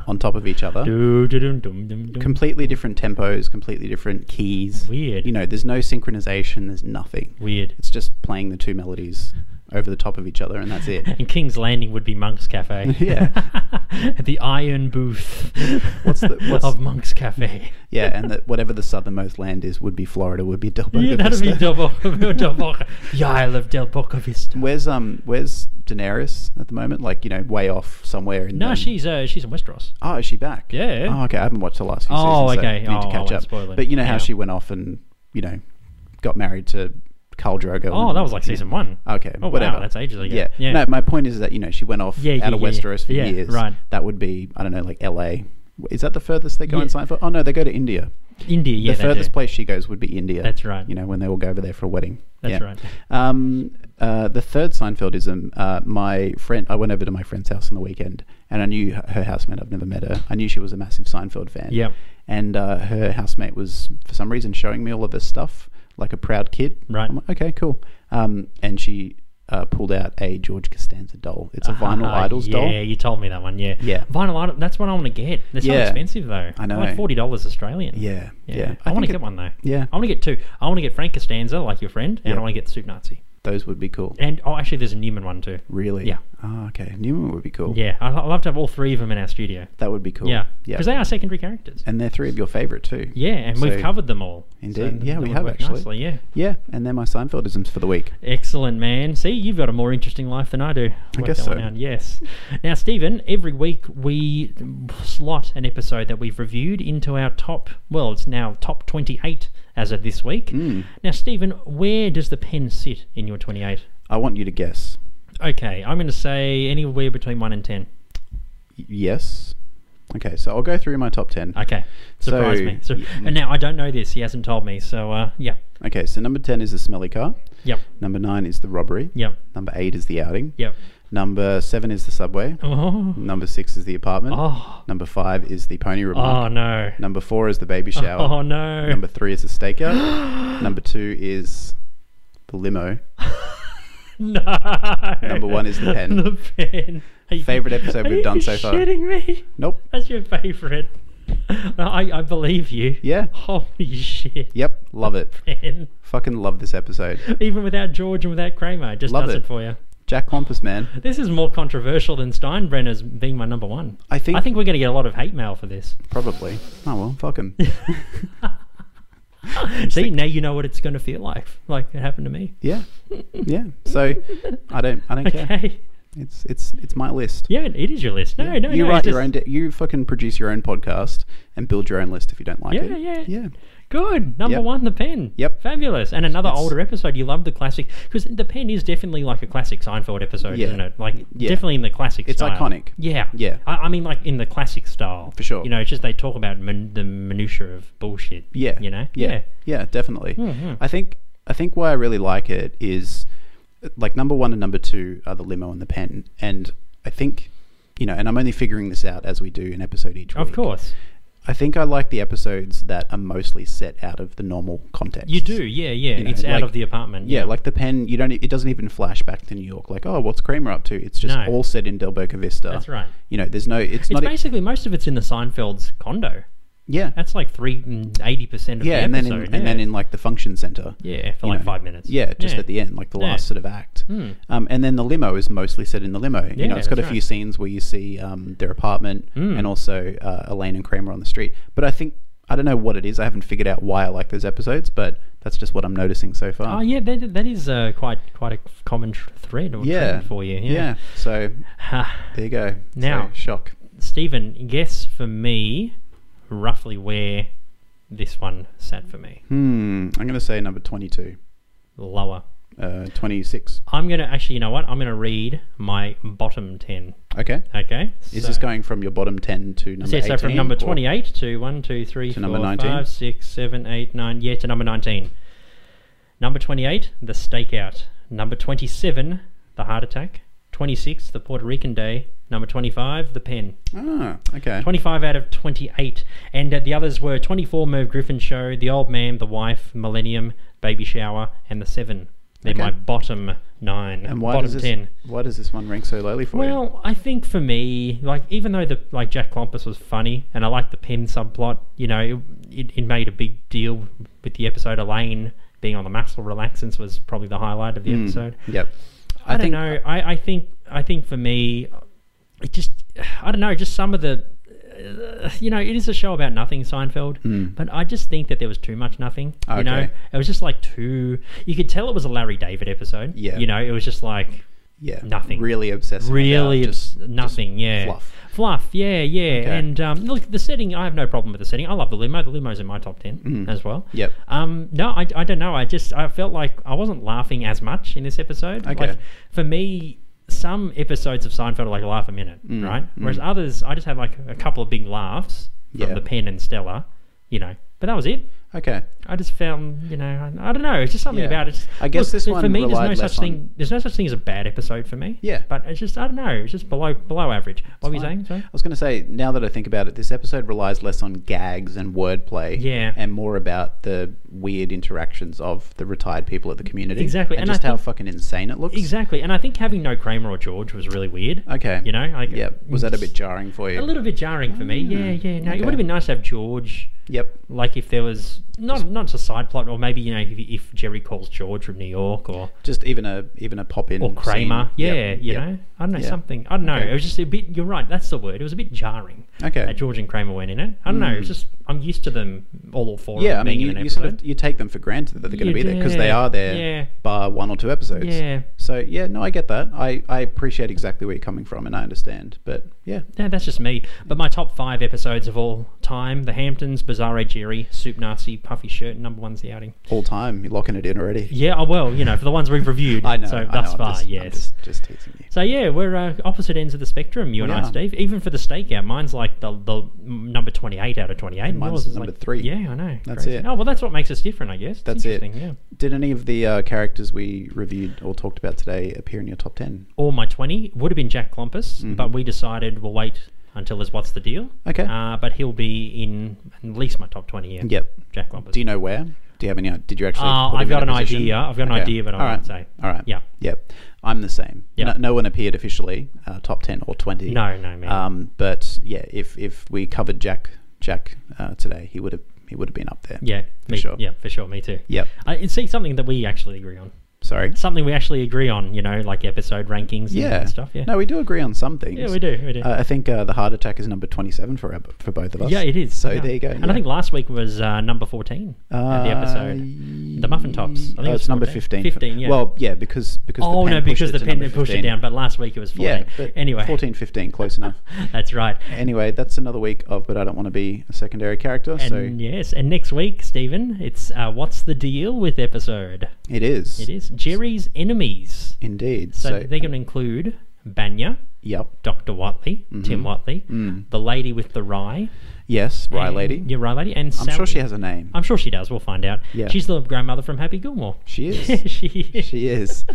B: on top of each other.
A: Doo-doo-doo-dum-dum-dum.
B: completely different tempos, completely different keys.
A: Weird.
B: You know, there's no synchronization, there's nothing.
A: Weird.
B: It's just playing the two melodies over the top of each other, and that's it.
A: And King's Landing would be Monk's Cafe.
B: Yeah.
A: the iron booth
B: What's the- what's-
A: of Monk's Cafe.
B: yeah, and that whatever the southernmost land is would be Florida, would be Del Boca
A: Yeah, that'd be
B: Vista.
A: Del Boca, Del Boca, the Isle of Del Boca Vista.
B: Where's um Where's Daenerys at the moment? Like you know, way off somewhere. In
A: No,
B: um,
A: she's uh, she's in Westeros.
B: Oh, is she back?
A: Yeah.
B: Oh, okay. I haven't watched the last few
A: Oh,
B: seasons. so
A: okay.
B: I need
A: Oh, I
B: to catch
A: won't
B: up.
A: spoil it.
B: But you know how
A: Yeah.
B: she went off and you know got married to Carl Drogo.
A: Oh,
B: and-
A: that was like season one.
B: Okay,
A: Oh,
B: whatever.
A: Wow, that's ages ago.
B: Yeah.
A: yeah.
B: No, my point is that you know she went off
A: Yeah,
B: out
A: yeah,
B: of
A: yeah, yeah.
B: Westeros for
A: Yeah,
B: years.
A: right.
B: That would be I don't know, like L.A. Is that the furthest they go in
A: Yeah.
B: Seinfeld? Oh no, they go to India.
A: India. Yeah,
B: the
A: they do.
B: furthest place she goes would be India.
A: That's right.
B: You know when they all go over there for a wedding.
A: That's
B: Yeah.
A: right.
B: Um, uh, the third Seinfeldism. Uh, my friend, I went over to my friend's house on the weekend, and I knew her her housemate. I've never met her. I knew she was a massive Seinfeld fan.
A: Yep.
B: And uh, her housemate was, for some reason, showing me all of this stuff like a proud kid.
A: Right.
B: I'm like, okay, cool. Um, and she uh, pulled out a George Costanza doll. It's a vinyl
A: Ah,
B: idols
A: yeah,
B: doll.
A: you told me that one. Yeah,
B: Yeah.
A: Vinyl idol. That's what I want to get. They're so
B: Yeah.
A: expensive though.
B: I know.
A: Like forty dollars Australian.
B: Yeah,
A: Yeah.
B: yeah.
A: I, want
B: think
A: to
B: it-
A: get one though.
B: yeah.
A: I want to get two. I want to get Frank Costanza, like your friend, and
B: Yeah.
A: I want to get Soup Nazi.
B: Those would be cool.
A: And oh, actually, there's a Newman one too.
B: Really?
A: Yeah.
B: Oh, okay. Newman would be cool.
A: Yeah, I- I'd love to have all three of them in our studio.
B: That would be cool.
A: Yeah,
B: Yeah.
A: because they are secondary characters.
B: and they're three of your favorite too.
A: yeah, and
B: So-
A: we've covered them all. So
B: Indeed.
A: th-
B: yeah,
A: that
B: we
A: would
B: have
A: work
B: actually.
A: Nicely, yeah.
B: Yeah, and they're my Seinfeldisms for the week.
A: Excellent, man. See, you've got a more interesting life than I do. Work
B: guess
A: that one
B: so.
A: out, Yes. Now, Stephen, every week we slot an episode that we've reviewed into our top, well, it's now top 28 as of this week.
B: Hmm.
A: Now, Stephen, where does the pen sit in your 28?
B: I want you to guess.
A: Okay, I'm going to say anywhere between 1 and 10.
B: Y- Yes. Okay, so I'll go through my top 10.
A: Okay. Surprise
B: So,
A: me. So,
B: y-
A: and now I don't know this. He hasn't told me. So, uh, yeah.
B: Okay, so number 10 is the smelly car.
A: Yep.
B: Number 9 is the robbery.
A: Yep.
B: Number 8 is the outing.
A: Yep.
B: Number 7 is the subway.
A: Oh,
B: Number 6 is the apartment.
A: Oh.
B: Number 5 is the pony
A: oh
B: remark.
A: no.
B: Number 4 is the baby shower.
A: Oh, no.
B: Number 3 is the stakeout. number 2 is the limo.
A: No.
B: Number 1 is the pen.
A: The pen. Are you-
B: Favorite episode
A: are
B: we've
A: you
B: done so far.
A: Shitting me.
B: Nope.
A: That's your favorite. No, I, I believe you.
B: Yeah.
A: Holy shit.
B: Yep, love it.
A: Pen.
B: Fucking love this episode.
A: Even without George and without Kramer, it just
B: Love
A: does
B: it.
A: it. for you.
B: Jack Wampus, man.
A: This is more controversial than Steinbrenner's being my number one.
B: I think-
A: I think we're going to get a lot of hate mail for this.
B: Probably. Oh well, fuck him.
A: See, now you know what it's going to feel like. Like it happened to me.
B: yeah, yeah. So I don't, I don't care.
A: Okay.
B: It's it's it's my list.
A: Yeah, it is your list. No, no,
B: you
A: no,
B: write
A: it's
B: your
A: just-
B: own. De- you fucking produce your own podcast and build your own list if you don't like
A: Yeah,
B: it.
A: yeah.
B: yeah.
A: Good. Number
B: Yep.
A: one, the pen.
B: Yep.
A: Fabulous. And another
B: It's-
A: older episode. You love the classic because the pen is definitely like a classic Seinfeld episode,
B: Yeah.
A: isn't it? Like
B: Yeah.
A: definitely in the classic.
B: It's
A: style.
B: iconic.
A: Yeah.
B: Yeah.
A: I, I mean, like in the classic style.
B: For sure.
A: You know, it's just they talk about min- the minutia of bullshit.
B: Yeah.
A: You know. Hmm,
B: Yeah. Yeah, definitely. I think I think why I really like it is like number 1 and number 2 are the limo and the pen and I think you know, and I'm only figuring this out as we do an episode each week.
A: Of course.
B: I think I like the episodes that are mostly set out of the normal context.
A: You do. Yeah. Yeah.
B: You know,
A: it's out
B: like-
A: of the apartment.
B: Yeah, like the pen, you don't. e, It doesn't even flash back to New York. Like, oh, what's Kramer up to? It's just
A: No.
B: all set in Del Boca Vista.
A: That's right.
B: You know, there's no. It's,
A: It's
B: not. e,
A: basically most of it's in the Seinfeld's condo.
B: yeah,
A: That's like three mm, eighty percent of
B: yeah,
A: the
B: and then
A: episode.
B: in, and then in like the function center.
A: yeah, for
B: you
A: like
B: know.
A: five minutes.
B: Yeah, just at the end, like the
A: Yeah. Hmm.
B: last sort of act. Um, and then the limo is mostly set in the limo. you know,
A: Yeah,
B: it's got a
A: that's
B: few
A: right. Hmm.
B: scenes where you see um, their apartment and also uh, Elaine and Kramer on the street. But I think I don't know what it is. I haven't figured out why I like those episodes, but that's just what I'm noticing so far.
A: Oh yeah, that, that is uh, quite quite a common tr- thread or
B: yeah,
A: trend for you.
B: yeah.
A: Yeah.
B: So
A: Ha.
B: there you go.
A: Now-
B: So, shock.
A: Stephen, guess for me roughly where this one sat for me.
B: Hmm. I'm going to say number 22,
A: Lower.
B: uh, 26.
A: I'm gonna actually, you know what? I'm gonna read my bottom ten.
B: Okay.
A: Okay.
B: Is this going from your bottom 10 to number
A: So, yeah, so from
B: 18,
A: number
B: or-
A: 28 to 1, 2, 3,
B: To number
A: 4,
B: 19?
A: 5, 6, 7, 8, 9. Yeah, to number 19. Number 28, the stakeout. Number 27, the heart attack. 26, the Puerto Rican day. Number 25, the pen.
B: Ah, okay.
A: 25 out of 28. And uh, the others were 24, Merv Griffin Show, The Old Man, The Wife, Millennium, Baby Shower, and The Seven. They're
B: Okay.
A: my bottom nine.
B: And why
A: bottom
B: does this,
A: 10.
B: why does this one rank so lowly for you?
A: Well, I think for me, like even though the like Jack Klompus was funny, and I liked the pen subplot, you know, it, it, it made a big deal
B: Hmm.
A: with the episode. Elaine being on the muscle relaxants was probably the highlight of the episode.
B: Yep.
A: I, don't
B: think-
A: know. I, I think I think for me, it just I don't know. Just some of the, uh, you know, it is a show about nothing, Seinfeld. But I just think that there was too much nothing. You know,
B: Hmm. Okay.
A: it was just like too. You could tell it was a Larry David episode.
B: Yeah.
A: You know, it was just like
B: Yeah,
A: Nothing.
B: Really obsessive.
A: really
B: about
A: it's
B: uh, just
A: nothing. yeah.
B: fluff.
A: Fluff. Yeah. Yeah.
B: Okay.
A: And um, look, the setting. I have no problem with the setting. I love the limo. The limo's in my top ten as well.
B: Mm. Yep.
A: Um, no, I, I don't know. I just I felt like I wasn't laughing as much in this episode.
B: Okay.
A: Like for me, some episodes of Seinfeld are like laugh a minute,
B: Mm,
A: right? Whereas others, I just had like a couple of big laughs from
B: Yeah.
A: the pen and Stella, you know. But that was it.
B: Okay.
A: I just found, you know, I, I don't know. It's just something
B: Yeah.
A: about it. It's-
B: I guess this one
A: for me. There's
B: relied
A: no
B: less
A: such
B: on-
A: thing. There's no such thing as a bad episode for me.
B: Yeah.
A: But it's just I don't know. It's just below below average. What were you saying? Sorry.
B: I was going to say, now that I think about it, this episode relies less on gags and wordplay,
A: Yeah.
B: and more about the weird interactions of the retired people at the community,
A: Exactly,
B: and,
A: and I
B: just how
A: think-
B: fucking insane it looks.
A: Exactly. And I think having no Kramer or George was really weird.
B: Okay.
A: You know. Like,
B: yeah. Was that a bit jarring for
A: A
B: you?
A: little bit jarring for me. Yeah. Yeah. No, it
B: okay.
A: would have been nice to have George.
B: Yep.
A: Like if there was not not just a side plot, or maybe you know if, if Jerry calls George from New York, or
B: Just even a even a pop in
A: or Kramer,
B: Scene.
A: yeah,
B: Yep,
A: you
B: yep.
A: know, I don't know
B: Yeah.
A: something. I don't know.
B: Okay.
A: It was just a bit. You're right. That's the word. It was a bit jarring.
B: Okay. Hmm.
A: that George and Kramer weren't in it. I don't know. It's just I'm used to them all four.
B: Yeah,
A: of
B: I
A: them
B: mean,
A: being in
B: you,
A: an
B: you sort of
A: episode.
B: you take them for granted that they're going
A: You
B: to be there because they
A: do,
B: are there,
A: yeah.
B: bar one or two episodes.
A: Yeah.
B: So yeah, no, I get that. I, I appreciate exactly where you're coming from, and I understand. But yeah,
A: No, that's just me. But my top five episodes of all time: The Hamptons, Bizarro Jerry, Soup Nazi, Puffy Shirt. Number one's The Outing.
B: all time, you're locking it in already.
A: Yeah. Oh well, you know, for the ones we've reviewed.
B: I know.
A: So
B: I know,
A: thus
B: I'm
A: far,
B: just- I'm
A: yes.
B: just, just teasing you.
A: So yeah, we're uh, opposite ends of the spectrum, you and I,
B: are.
A: Steve. Even for the stakeout, mine's like the the number twenty eight out of twenty eight.
B: mine's number three.
A: Yeah, I know.
B: That's it.
A: Oh well, that's what makes us different, I guess. It's
B: That's it.
A: interesting, Yeah.
B: Did any of the uh, characters we reviewed or talked about today appear in your top ten?
A: Or my twenty would have been Jack Clompus, but we decided we'll wait until there's what's the deal.
B: Mm-hmm. Okay.
A: Uh, but he'll be in at least my top twenty. Yeah.
B: Yep.
A: Jack Clompus.
B: Do you know where? Do you have any? Did you actually?
A: Uh,
B: put
A: I've
B: them
A: got
B: in
A: an
B: a position?
A: idea. I've got an
B: Okay.
A: idea, but I
B: All
A: won't
B: right.
A: say.
B: All right.
A: Yeah.
B: Yep. I'm the same.
A: Yeah.
B: No, no one appeared officially, uh, top ten or twenty.
A: No, no, man.
B: Um, but yeah, if if we covered Jack Jack uh, today, he would have he would have been up there.
A: yeah.
B: for
A: me,
B: sure.
A: Yeah, for sure. Me too.
B: Yep.
A: I see something that we actually agree on.
B: Sorry.
A: Something we actually agree on. You know, like episode rankings.
B: Yeah.
A: And stuff. Yeah.
B: No, we do agree on some things.
A: Yeah, we do. We do.
B: Uh, I think uh, the heart attack is number twenty-seven for our- for both of us.
A: yeah, it is.
B: So
A: Yeah.
B: there you go.
A: And
B: yeah. Uh,
A: I think last week was uh, number 14 of the episode. The muffin tops. I think
B: oh,
A: it was
B: it's number
A: 14.
B: fifteen.
A: 15, yeah.
B: Well, yeah, because because
A: oh,
B: the pen
A: no, because
B: pushed it
A: the
B: to
A: pen
B: number
A: pushed it
B: 15.
A: down, but last week it was 14.
B: Yeah. But
A: anyway,
B: 14, 15, close enough.
A: that's right.
B: Anyway, that's another week of but I don't want to be a secondary character.
A: And
B: so
A: yes, and next week, Stephen, it's uh, What's the Deal with episode?
B: it is.
A: It is Jerry's Enemies.
B: Indeed.
A: So,
B: So,
A: they're going to include Banya,
B: yep.
A: Dr. Watley,
B: Mm-hmm.
A: Tim Watley, the lady with the rye.
B: Yes, Mm. Rye Lady.
A: and- Yeah, Rye Lady. And
B: I'm sure she has a name.
A: I'm sure she does. We'll find out.
B: Yeah.
A: She's the grandmother from Happy Gilmore.
B: She is.
A: Yeah, she is.
B: She is.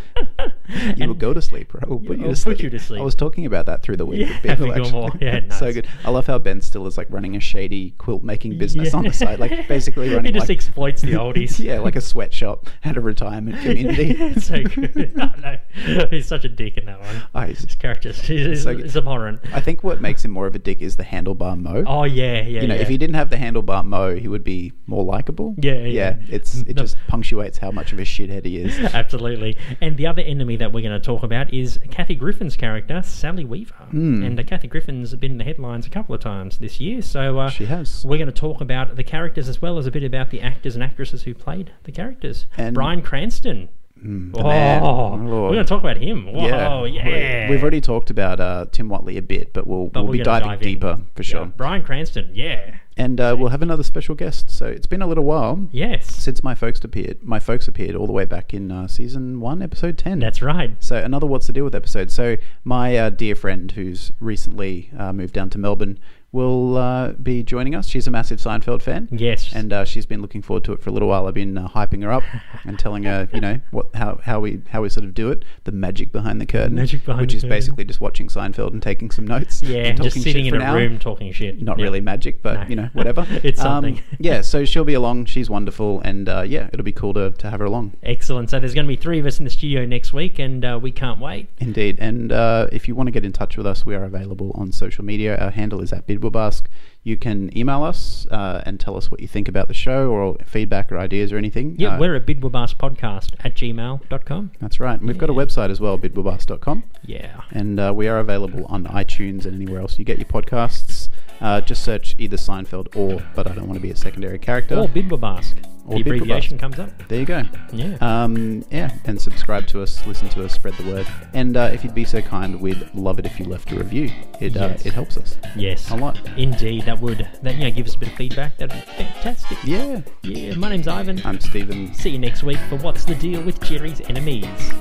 B: You will go to sleep, or I will put you
A: I'll
B: to
A: put
B: sleep.
A: you to sleep.
B: I was talking about that through the week.
A: Yeah,
B: with people,
A: Happy
B: actually.
A: Gilmore. Yeah,
B: so
A: nice.
B: good. I love how Ben still is like running a shady quilt making business
A: Yeah.
B: on the side, like basically running.
A: He just
B: like,
A: exploits the oldies.
B: yeah, like a sweatshop at a retirement community.
A: so good. No, no. He's such a dick in that one.
B: Oh, he's-
A: His character is, is,
B: So good.
A: is abhorrent.
B: I think what makes him more of a dick is the handlebar mo.
A: Oh yeah, yeah.
B: you know,
A: yeah.
B: if he didn't have the handlebar mo, he would be more likable.
A: Yeah, yeah,
B: yeah.
A: yeah.
B: It's it
A: No.
B: just punctuates how much of a shithead he is.
A: Absolutely. And the other enemy that we're going to talk about is Kathy Griffin's character, Sally Weaver.
B: Hmm.
A: And uh, Kathy Griffin's been in the headlines a couple of times this year. So uh,
B: She has.
A: We're going to talk about the characters as well as a bit about the actors and actresses who played the characters.
B: And-
A: Brian Cranston. oh,
B: man. Oh,
A: we're
B: Lord.
A: going to talk about him. Whoa, Oh, yeah.
B: We- We've already talked about uh, Tim Watley a bit, but we'll
A: But
B: we'll
A: we're
B: be
A: gonna
B: diving
A: dive in.
B: deeper for
A: Yeah,
B: sure.
A: Brian Cranston. Yeah.
B: And uh, we'll have another special guest. So it's been a little while
A: Yes.
B: since my folks appeared. My folks appeared all the way back in uh, season one, episode ten.
A: That's right.
B: So another what's the deal with episode. So my uh, dear friend, who's recently uh, moved down to Melbourne, will uh, be joining us. She's a massive Seinfeld fan.
A: Yes.
B: and uh, she's been looking forward to it for a little while. I've been uh, hyping her up and telling her, you know, what how, how we how we sort of do it, the magic behind the curtain,
A: Magic behind
B: which
A: the
B: is
A: curtain.
B: basically just watching Seinfeld and taking some notes.
A: yeah,
B: and
A: just
B: talking
A: sitting
B: shit
A: in
B: for
A: a
B: an hour
A: room talking shit.
B: not
A: Yeah.
B: really magic, but
A: No.
B: you know, whatever. Um,
A: It's something.
B: yeah, so she'll be along. She's wonderful, and uh, yeah, it'll be cool to, to have her along.
A: Excellent. So there's going to be three of us in the studio next week, and uh, we can't wait.
B: Indeed. And uh, if you want to get in touch with us, we are available on social media. Our handle is at Bid bidwabask. You can email us uh, and tell us what you think about the show or feedback or ideas or anything.
A: Yeah,
B: Uh,
A: we're at bidwabaspodcast at gmail.com.
B: That's right. And we've got a website as well, bidwabask.com.
A: Yeah.
B: And uh, we are available on iTunes and anywhere else you get your podcasts. Uh, just search either Seinfeld or But I Don't Want to Be a Secondary Character.
A: Or bidwabask.
B: Or
A: the abbreviation
B: Bidwabask.
A: comes up.
B: There you go.
A: Yeah.
B: Um, yeah, and subscribe to us, listen to us, spread the word. And uh, if you'd be so kind, we'd love it if you left a review. It,
A: Yes.
B: uh, it helps us.
A: yes.
B: a lot.
A: Indeed, that would. That, you know, give us a bit of feedback. That'd be fantastic.
B: Yeah.
A: Yeah, my name's Ivan.
B: I'm Stephen.
A: See you next week for What's the Deal with Jerry's Enemies.